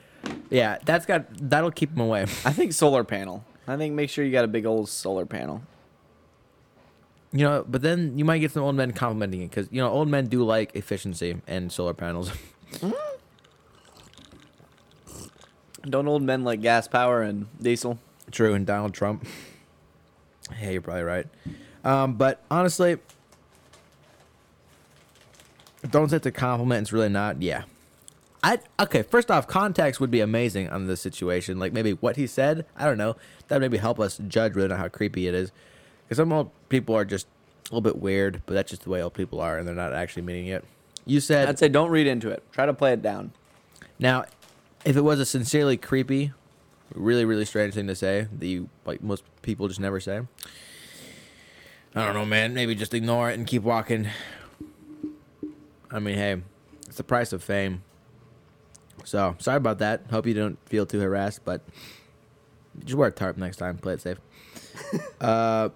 B: Yeah, that's got that'll keep him away.
A: I think solar panel. I think make sure you got a big old solar panel.
B: You know, but then you might get some old men complimenting it because you know old men do like efficiency and solar panels.
A: Don't old men like gas power and diesel?
B: True, and Donald Trump. Yeah, you're probably right. Um, but honestly, don't set the compliment. It's really not. Yeah. I okay. First off, context would be amazing on this situation. Like maybe what he said. I don't know. That maybe help us judge really not how creepy it is. Because some old people are just a little bit weird, but that's just the way old people are, and they're not actually meaning it. You said
A: I'd say don't read into it. Try to play it down.
B: now, if it was a sincerely creepy, really, really strange thing to say that you like most people just never say. I don't know, man. Maybe just ignore it and keep walking. I mean, hey, it's the price of fame. So sorry about that. Hope you don't feel too harassed, but just wear a tarp next time. Play it safe. uh,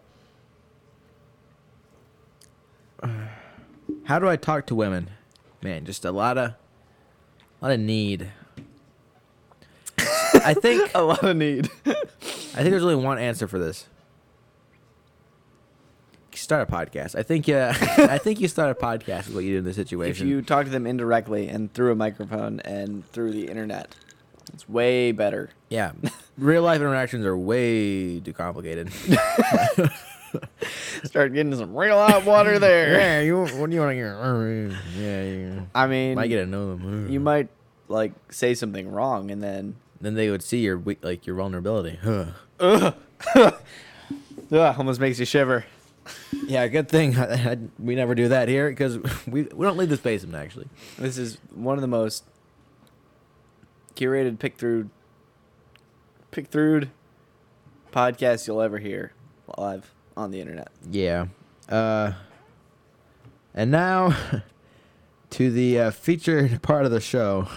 B: how do I talk to women? Man, just a lot of, lot of need. I think
A: A lot of need.
B: I think there's only one answer for this. Start a podcast. I think yeah. I think you start a podcast is what you do in this
A: if
B: situation.
A: you talk to them indirectly and through a microphone and through the internet, it's way better.
B: yeah, real life interactions are way too complicated.
A: Start getting some real hot water there.
B: you. What do you want to hear? Yeah, you
A: I mean,
B: might get to know them.
A: you might like say something wrong, and then
B: Then they would see your we- like your vulnerability. Huh.
A: ugh, almost makes you shiver.
B: Yeah, good thing I, I, we never do that here because we we don't leave this basement actually.
A: This is one of the most curated pick through pick through podcasts you'll ever hear live on the internet.
B: Yeah. Uh, and now to the uh, featured part of the show.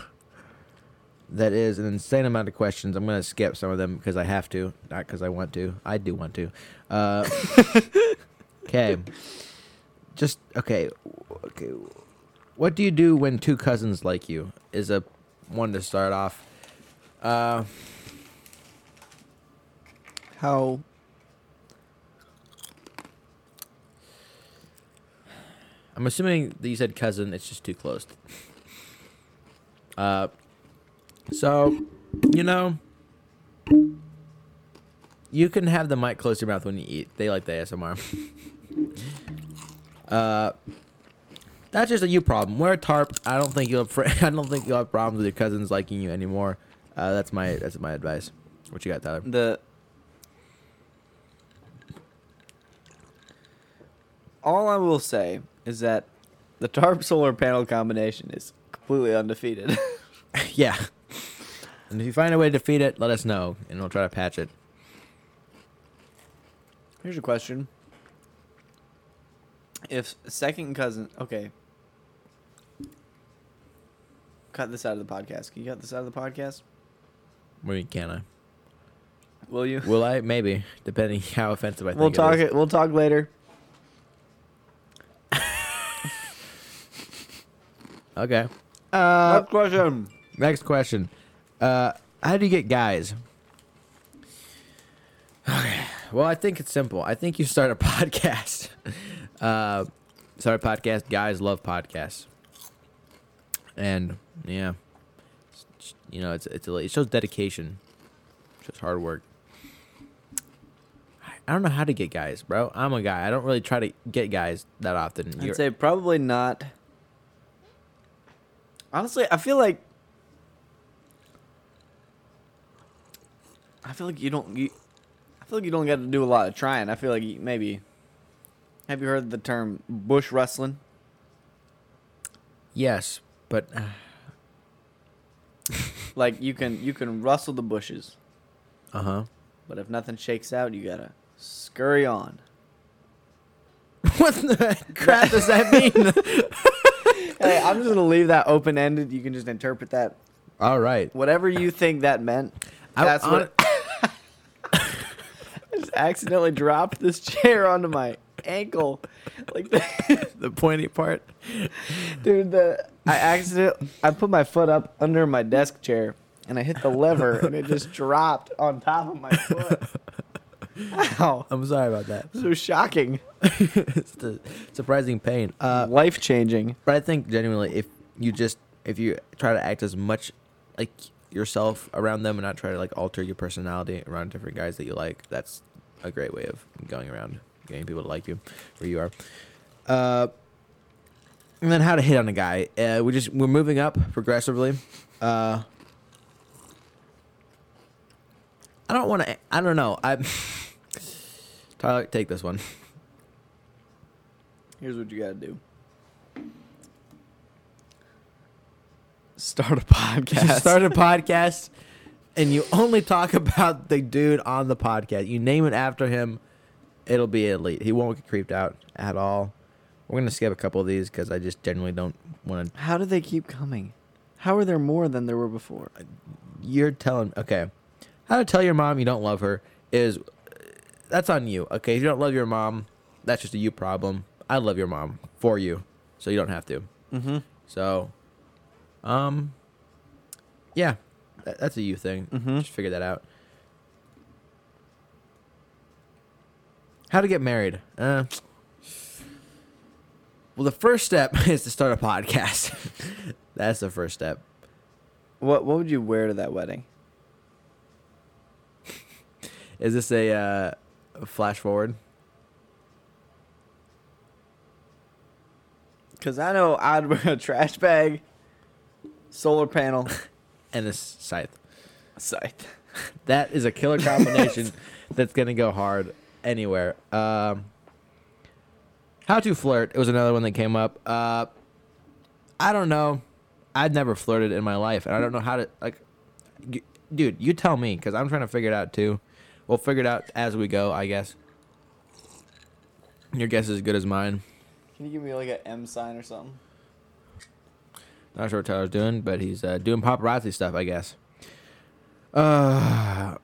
B: That is an insane amount of questions. I'm going to skip some of them because I have to, not because I want to. I do want to. Uh, Okay. Just okay. Okay. What do you do when two cousins like you? Is a one to start off. Uh,
A: How
B: I'm assuming that you said cousin. It's just too close. Uh, so, you know, you can have the mic close to your mouth when you eat. They like the ASMR. uh, that's just a you problem. Wear a tarp. I don't think you'll. have fr- I don't think you'll have problems with your cousins liking you anymore. Uh, that's my that's my advice. What you got, Tyler?
A: the all I will say is that the tarp solar panel combination is completely undefeated.
B: yeah. And if you find a way to defeat it, let us know, and we'll try to patch it.
A: Here's a question: If second cousin, okay, cut this out of the podcast. Can you cut this out of the podcast?
B: Maybe can uh, I?
A: Will you?
B: Will I? Maybe, depending how offensive I think
A: We'll
B: it
A: talk
B: is.
A: it. We'll talk later.
B: Okay.
A: Next question.
B: Next question. Uh, how do you get guys? Okay. Well, I think it's simple. I think you start a podcast. uh, start a podcast. Guys love podcasts. And yeah, It's- you know, it's it's a, it shows dedication, it shows hard work. I- I don't know how to get guys, bro. I'm a guy. I don't really try to get guys that often.
A: I'd
B: You're-
A: say probably not. Honestly, I feel like I feel like you don't. You, I feel like you don't got to do a lot of trying. I feel like you, maybe. Have you heard the term bush wrestling?
B: yes, but uh,
A: Like you can you can rustle the bushes,
B: huh.
A: but if nothing shakes out, you gotta scurry on.
B: what the crap does that mean?
A: Hey, I'm just gonna leave that open ended. You can just interpret that
B: All right.
A: whatever you think that meant.
B: I-
A: That's
B: hon-
A: what I just accidentally dropped this chair onto my ankle, like the,
B: the pointy part.
A: dude. The I accident I put my foot up under my desk chair and I hit the lever and it just dropped on top of my foot. Wow,
B: I'm sorry about that.
A: so shocking,
B: it's the surprising pain. Uh,
A: life changing.
B: but I think genuinely, if you just if you try to act as much like yourself around them and not try to like alter your personality around different guys that you like, that's a great way of going around getting people to like you where you are. Uh, and then how to hit on a guy. Uh, we just we're moving up progressively. Uh, I don't want to. I don't know. I Tyler, take this one.
A: Here's what you gotta do. Start a podcast.
B: You start a podcast and you only talk about the dude on the podcast. You name it after him, it'll be elite. He won't get creeped out at all. We're gonna skip a couple of these because I just generally don't want to.
A: How do they keep coming? How are there more than there were before?
B: You're telling okay, how to tell your mom you don't love her is that's on you. Okay, if you don't love your mom, that's just a you problem. I love your mom for you, so you don't have to.
A: Mm-hmm.
B: So, um, yeah, that, that's a you thing. Just figure that out. How to get married? Uh, well, the first step is to start a podcast. that's the first step.
A: What What would you wear to that wedding?
B: Is this a uh, flash forward?
A: Because I know I'd wear a trash bag, solar panel,
B: And a scythe.
A: scythe.
B: That is a killer combination that's gonna go hard anywhere. Um, how to flirt? It was another one that came up. Uh, I don't know. I'd never flirted in my life, and I don't know how to like. g- Dude, you tell me, cause I'm trying to figure it out too. We'll figure it out as we go, I guess. Your guess is as good as mine.
A: Can you give me like an M sign or something?
B: Not sure what Tyler's doing, but he's uh, doing paparazzi stuff, I guess. Uh,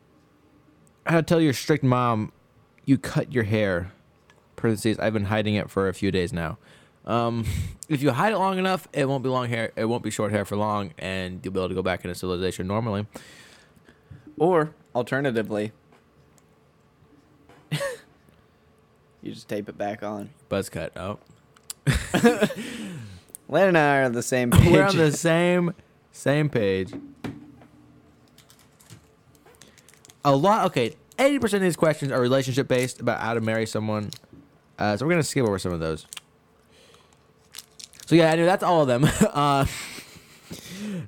B: how to tell your strict mom you cut your hair. Parentheses, I've been hiding it for a few days now. Um, if you hide it long enough, it won't be long hair. It won't be short hair for long, and you'll be able to go back into civilization normally.
A: Or alternatively, you just tape it back on.
B: Buzz cut. Oh,
A: Lynn and I are on the same page.
B: we're on the same same page. A lot. Okay, eighty percent of these questions are relationship based about how to marry someone. Uh, so we're gonna skip over some of those. So yeah, anyway, that's all of them. uh,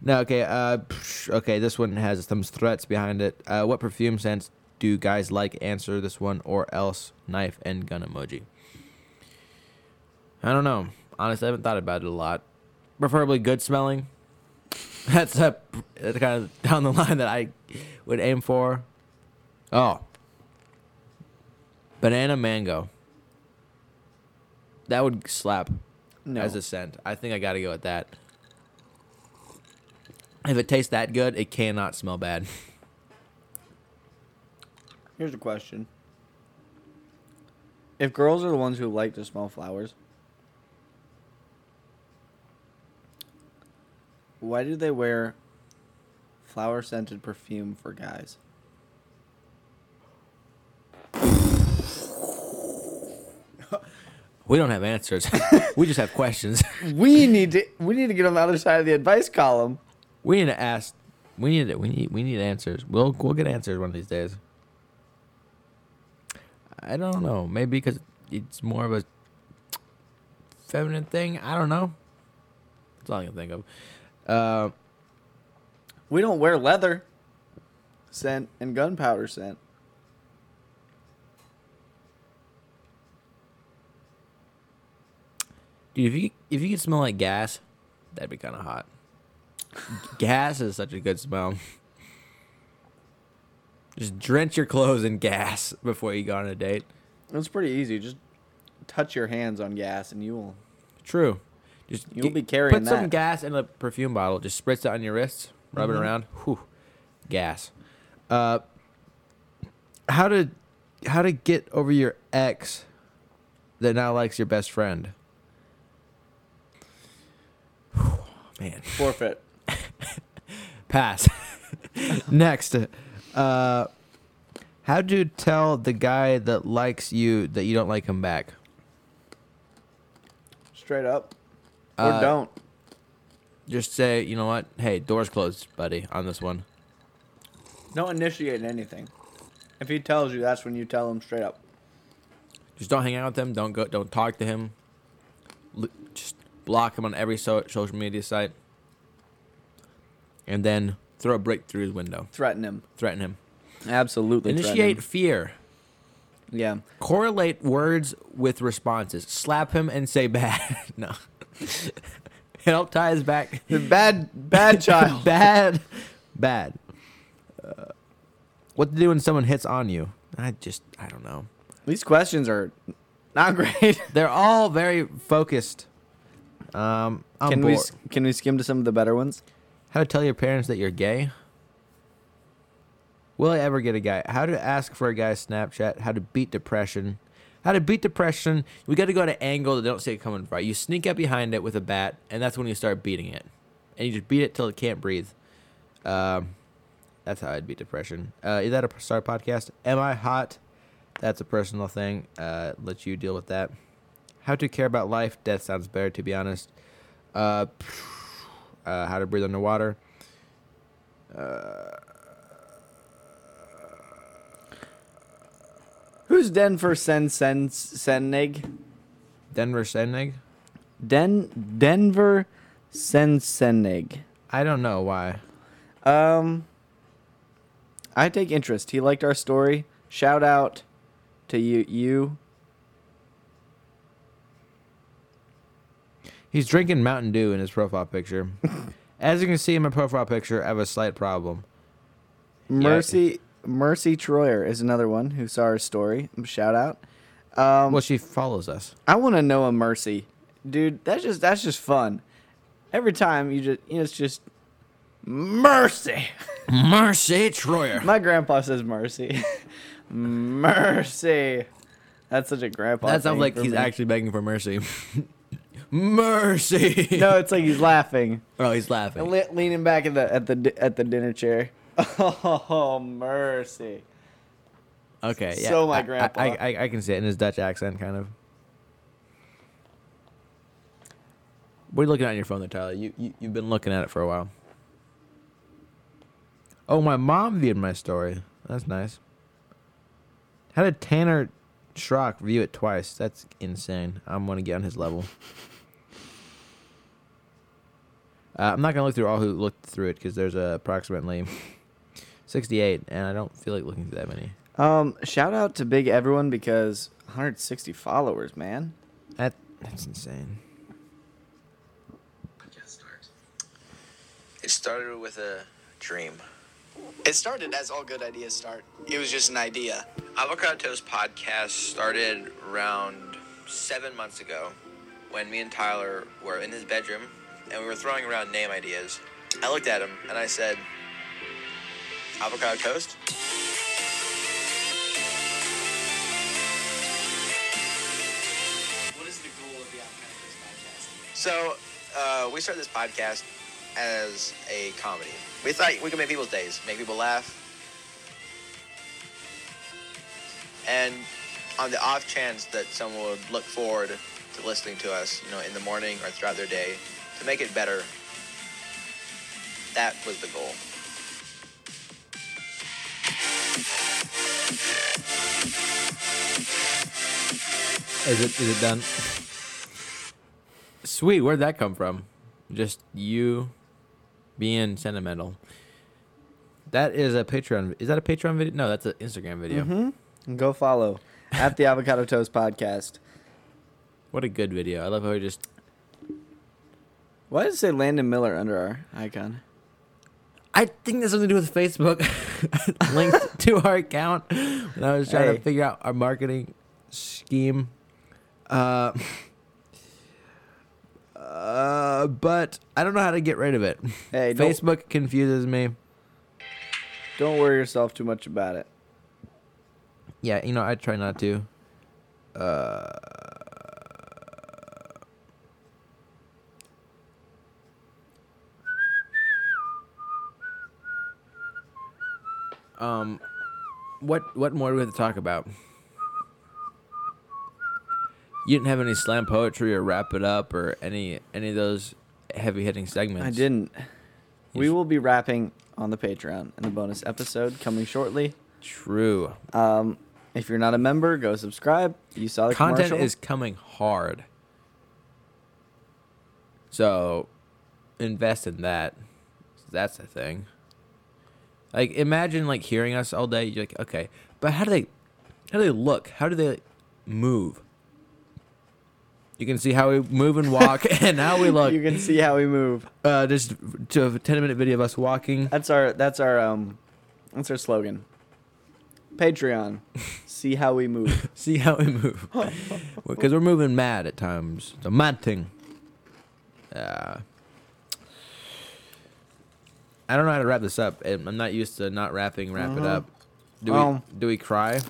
B: no, okay, uh, psh, okay. This one has some threats behind it. Uh, what perfume scents do guys like? Answer this one, or else knife and gun emoji. I don't know. Honestly, I haven't thought about it a lot. Preferably good smelling. That's a that's kind of down the line that I would aim for. Oh, banana mango. That would slap
A: no.
B: as a scent. I think I got to go with that. If it tastes that good, it cannot smell bad.
A: Here's a question. If girls are the ones who like to smell flowers, why do they wear flower scented perfume for guys?
C: We don't have answers. we just have questions.
A: We need to we need to get on the other side of the advice column.
C: We need to ask. We need to, we need we need answers. We'll we'll get answers one of these days. I don't know. Maybe because it's more of a feminine thing. I don't know. That's all I can think of. Uh,
A: We don't wear leather scent and gunpowder scent.
C: dude, if you if you could smell like gas, that'd be kind of hot. gas is such a good smell. Just drench your clothes in gas before you go on a date.
A: It's pretty easy. Just touch your hands on gas and you will
C: True. Just
A: You'll
C: get-
A: be carrying
C: Put some
A: that. Mm-hmm.
C: gas in a perfume bottle. Just spritz it on your wrists. Rub it around. Whew. Gas. Uh,
B: How to how to get over your ex that now likes your best friend?
C: man.
A: forfeit.
C: Pass.
B: Next, uh, how do you tell the guy that likes you that you don't like him back?
A: Straight up. Or
C: Uh,
A: don't.
C: Just say, you know what? Hey, door's closed, buddy, on this one.
A: Don't initiate anything. If he tells you, that's when you tell him straight up.
C: Just don't hang out with him. Don't go. Don't talk to him. L- just block him on every so- social media site. And then throw a brick through his window.
A: Threaten him.
C: Threaten him.
A: Absolutely.
C: Initiate fear.
A: Yeah.
C: correlate words with responses. Slap him and say bad. no. Help tie his back.
A: The bad bad child.
B: bad, bad. Uh, what to do when someone hits on you?
C: I just, I don't know.
A: These questions are not great.
B: They're all very focused. Um, I'm
A: Can
B: bored.
A: we s- can we skim to some of the better ones?
B: How to tell your parents that you're gay? Will I ever get a guy? How to ask for a guy's Snapchat? How to beat depression? How to beat depression?
C: We got to go at an angle that don't see it coming right. You sneak up behind it with a bat, and that's when you start beating it. And you just beat it till it can't breathe.
B: Um, that's how I'd beat depression. Uh, is that a star podcast? Am I hot? That's a personal thing. Uh, let you deal with that. How to care about life? Death sounds better, to be honest. Uh, uh, how to breathe underwater?
A: Who's Den for Sen Sen Senig?
B: Denver Senig?
A: Den Denver Sen Senig.
B: I don't know why.
A: Um, I take interest. He liked our story. Shout out to you. You.
B: He's drinking Mountain Dew in his profile picture. As you can see in my profile picture, I have a slight problem.
A: Mercy Mercy Troyer is another one who saw our story. Shout out. Um,
B: Well, she follows us.
A: I want to know a mercy, dude. That's just that's just fun. Every time you just you know, it's just mercy.
C: Mercy Troyer.
A: My grandpa says mercy, mercy. That's such a grandpa.
C: That
A: thing
C: sounds like
A: for
C: he's
A: me.
C: actually begging for mercy. mercy.
A: No, it's like he's laughing
C: Oh, he's
A: and
C: laughing.
A: le- leaning back at the at the di- at the dinner chair. Oh mercy!
C: Okay. Yeah.
A: So my
B: I- I-
A: grandpa.
B: I, I, I can see it in his Dutch accent, kind of.
C: What are you looking at on your phone there, Tyler? You, you, you've been looking at it for a while.
B: Oh, my mom viewed my story. That's nice. How did Tanner Schrock view it twice? That's insane. I'm gonna get on his level. Uh, I'm not gonna look through all who looked through it because there's uh, approximately 68, and I don't feel like looking through that many.
A: Um, shout out to Big Everyone because 160 followers, man.
B: That that's insane.
D: It started with a dream.
A: It started as all good ideas start. It was just an idea.
D: Avocado Toast podcast started around seven months ago when me and Tyler were in his bedroom and we were throwing around name ideas. I looked at him and I said, Avocado Toast?
E: So, uh, we started this podcast as a comedy. We thought we could make people's days, make people laugh. And on the off chance that someone would look forward to listening to us, you know, in the morning or throughout their day, to make it better, that was the goal.
B: Is it is it done? Sweet, where'd that come from? Just you being sentimental. That is a Patreon. Is that a Patreon video? No, that's an Instagram video.
A: Mm-hmm. Go follow at the Avocado Toast Podcast.
B: What a good video! I love how he just.
A: Why does it say Landon Miller under our icon?
B: I think that's something to do with Facebook, linked to our account. When I was trying
A: Hey.
B: to figure out our marketing scheme, uh, uh, but I don't know how to get rid of it.
A: Hey, don't-
B: Facebook confuses me.
A: Don't worry yourself too much about it.
B: Yeah, you know, I try not to. Uh, um, what what more do we have to talk about? You didn't have any slam poetry or wrap it up or any any of those heavy hitting segments.
A: I didn't. We
B: Yes.
A: will be wrapping on the Patreon in a bonus episode coming shortly.
B: True.
A: Um, if you're not a member, go subscribe. You saw the
B: content
A: commercial.
B: is coming hard. So invest in that. That's the thing. Like imagine like hearing us all day, you're like, okay, but how do they how do they look? How do they move? You can see how we move and walk and how we look.
A: You can see how we move.
B: uh, just to a 10 minute video of us walking.
A: That's our that's our um that's our slogan. Patreon. see how we move.
B: See how we move. Because we're moving mad at times. It's a mad thing. Uh, I don't know how to wrap this up. I'm I'm not used to not wrapping, wrap it up. Do we,
A: Um,
B: do we cry?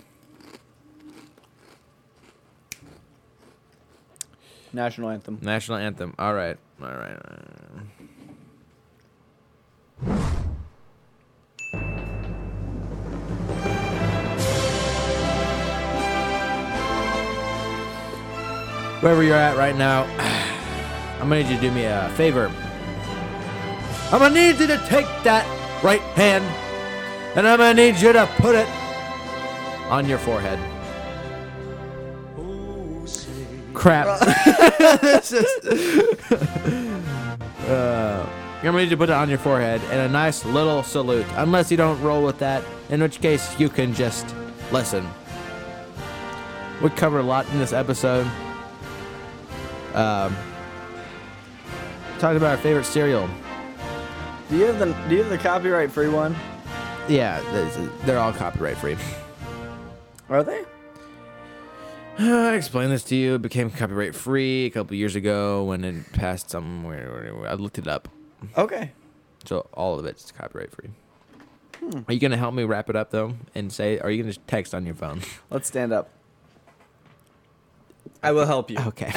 A: National anthem.
B: National anthem. All right. All right. all right. Wherever you're at right now, I'm gonna need you to do me a favor. I'm gonna need you to take that right hand, and I'm gonna need you to put it on your forehead. Crap. this is. Uh, I'm gonna need to put it on your forehead and a nice little salute. Unless you don't roll with that, in which case you can just listen. We covered a lot in this episode. Um, talked about our favorite cereal.
A: Do you have the do you have the copyright free one?
B: Yeah, this- they're all copyright free.
A: Are they?
B: I explained this to you. It became copyright free a couple years ago when it passed somewhere. I looked it up.
A: Okay.
B: So all of it's copyright free. Are you gonna help me wrap it up though, and say? Are you gonna just text on your phone?
A: Let's stand up. I will help you.
B: Okay.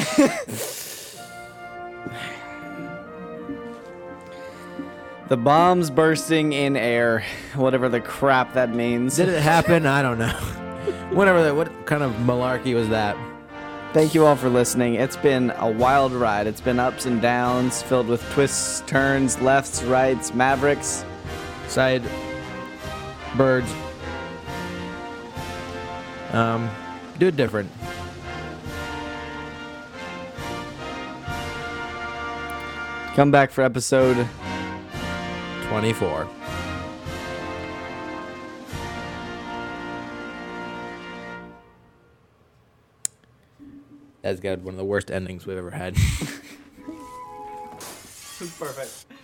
A: The bombs bursting in air, whatever the crap that means.
B: Did it happen? I don't know. Whatever. That, what kind of malarkey was that?
A: Thank you all for listening. It's been a wild ride. It's been ups and downs, filled with twists, turns, lefts, rights, mavericks.
B: Side birds. Um, do it different.
A: Come back for episode.
B: Twenty-four. That's got one of the worst endings we've ever had.
A: Perfect.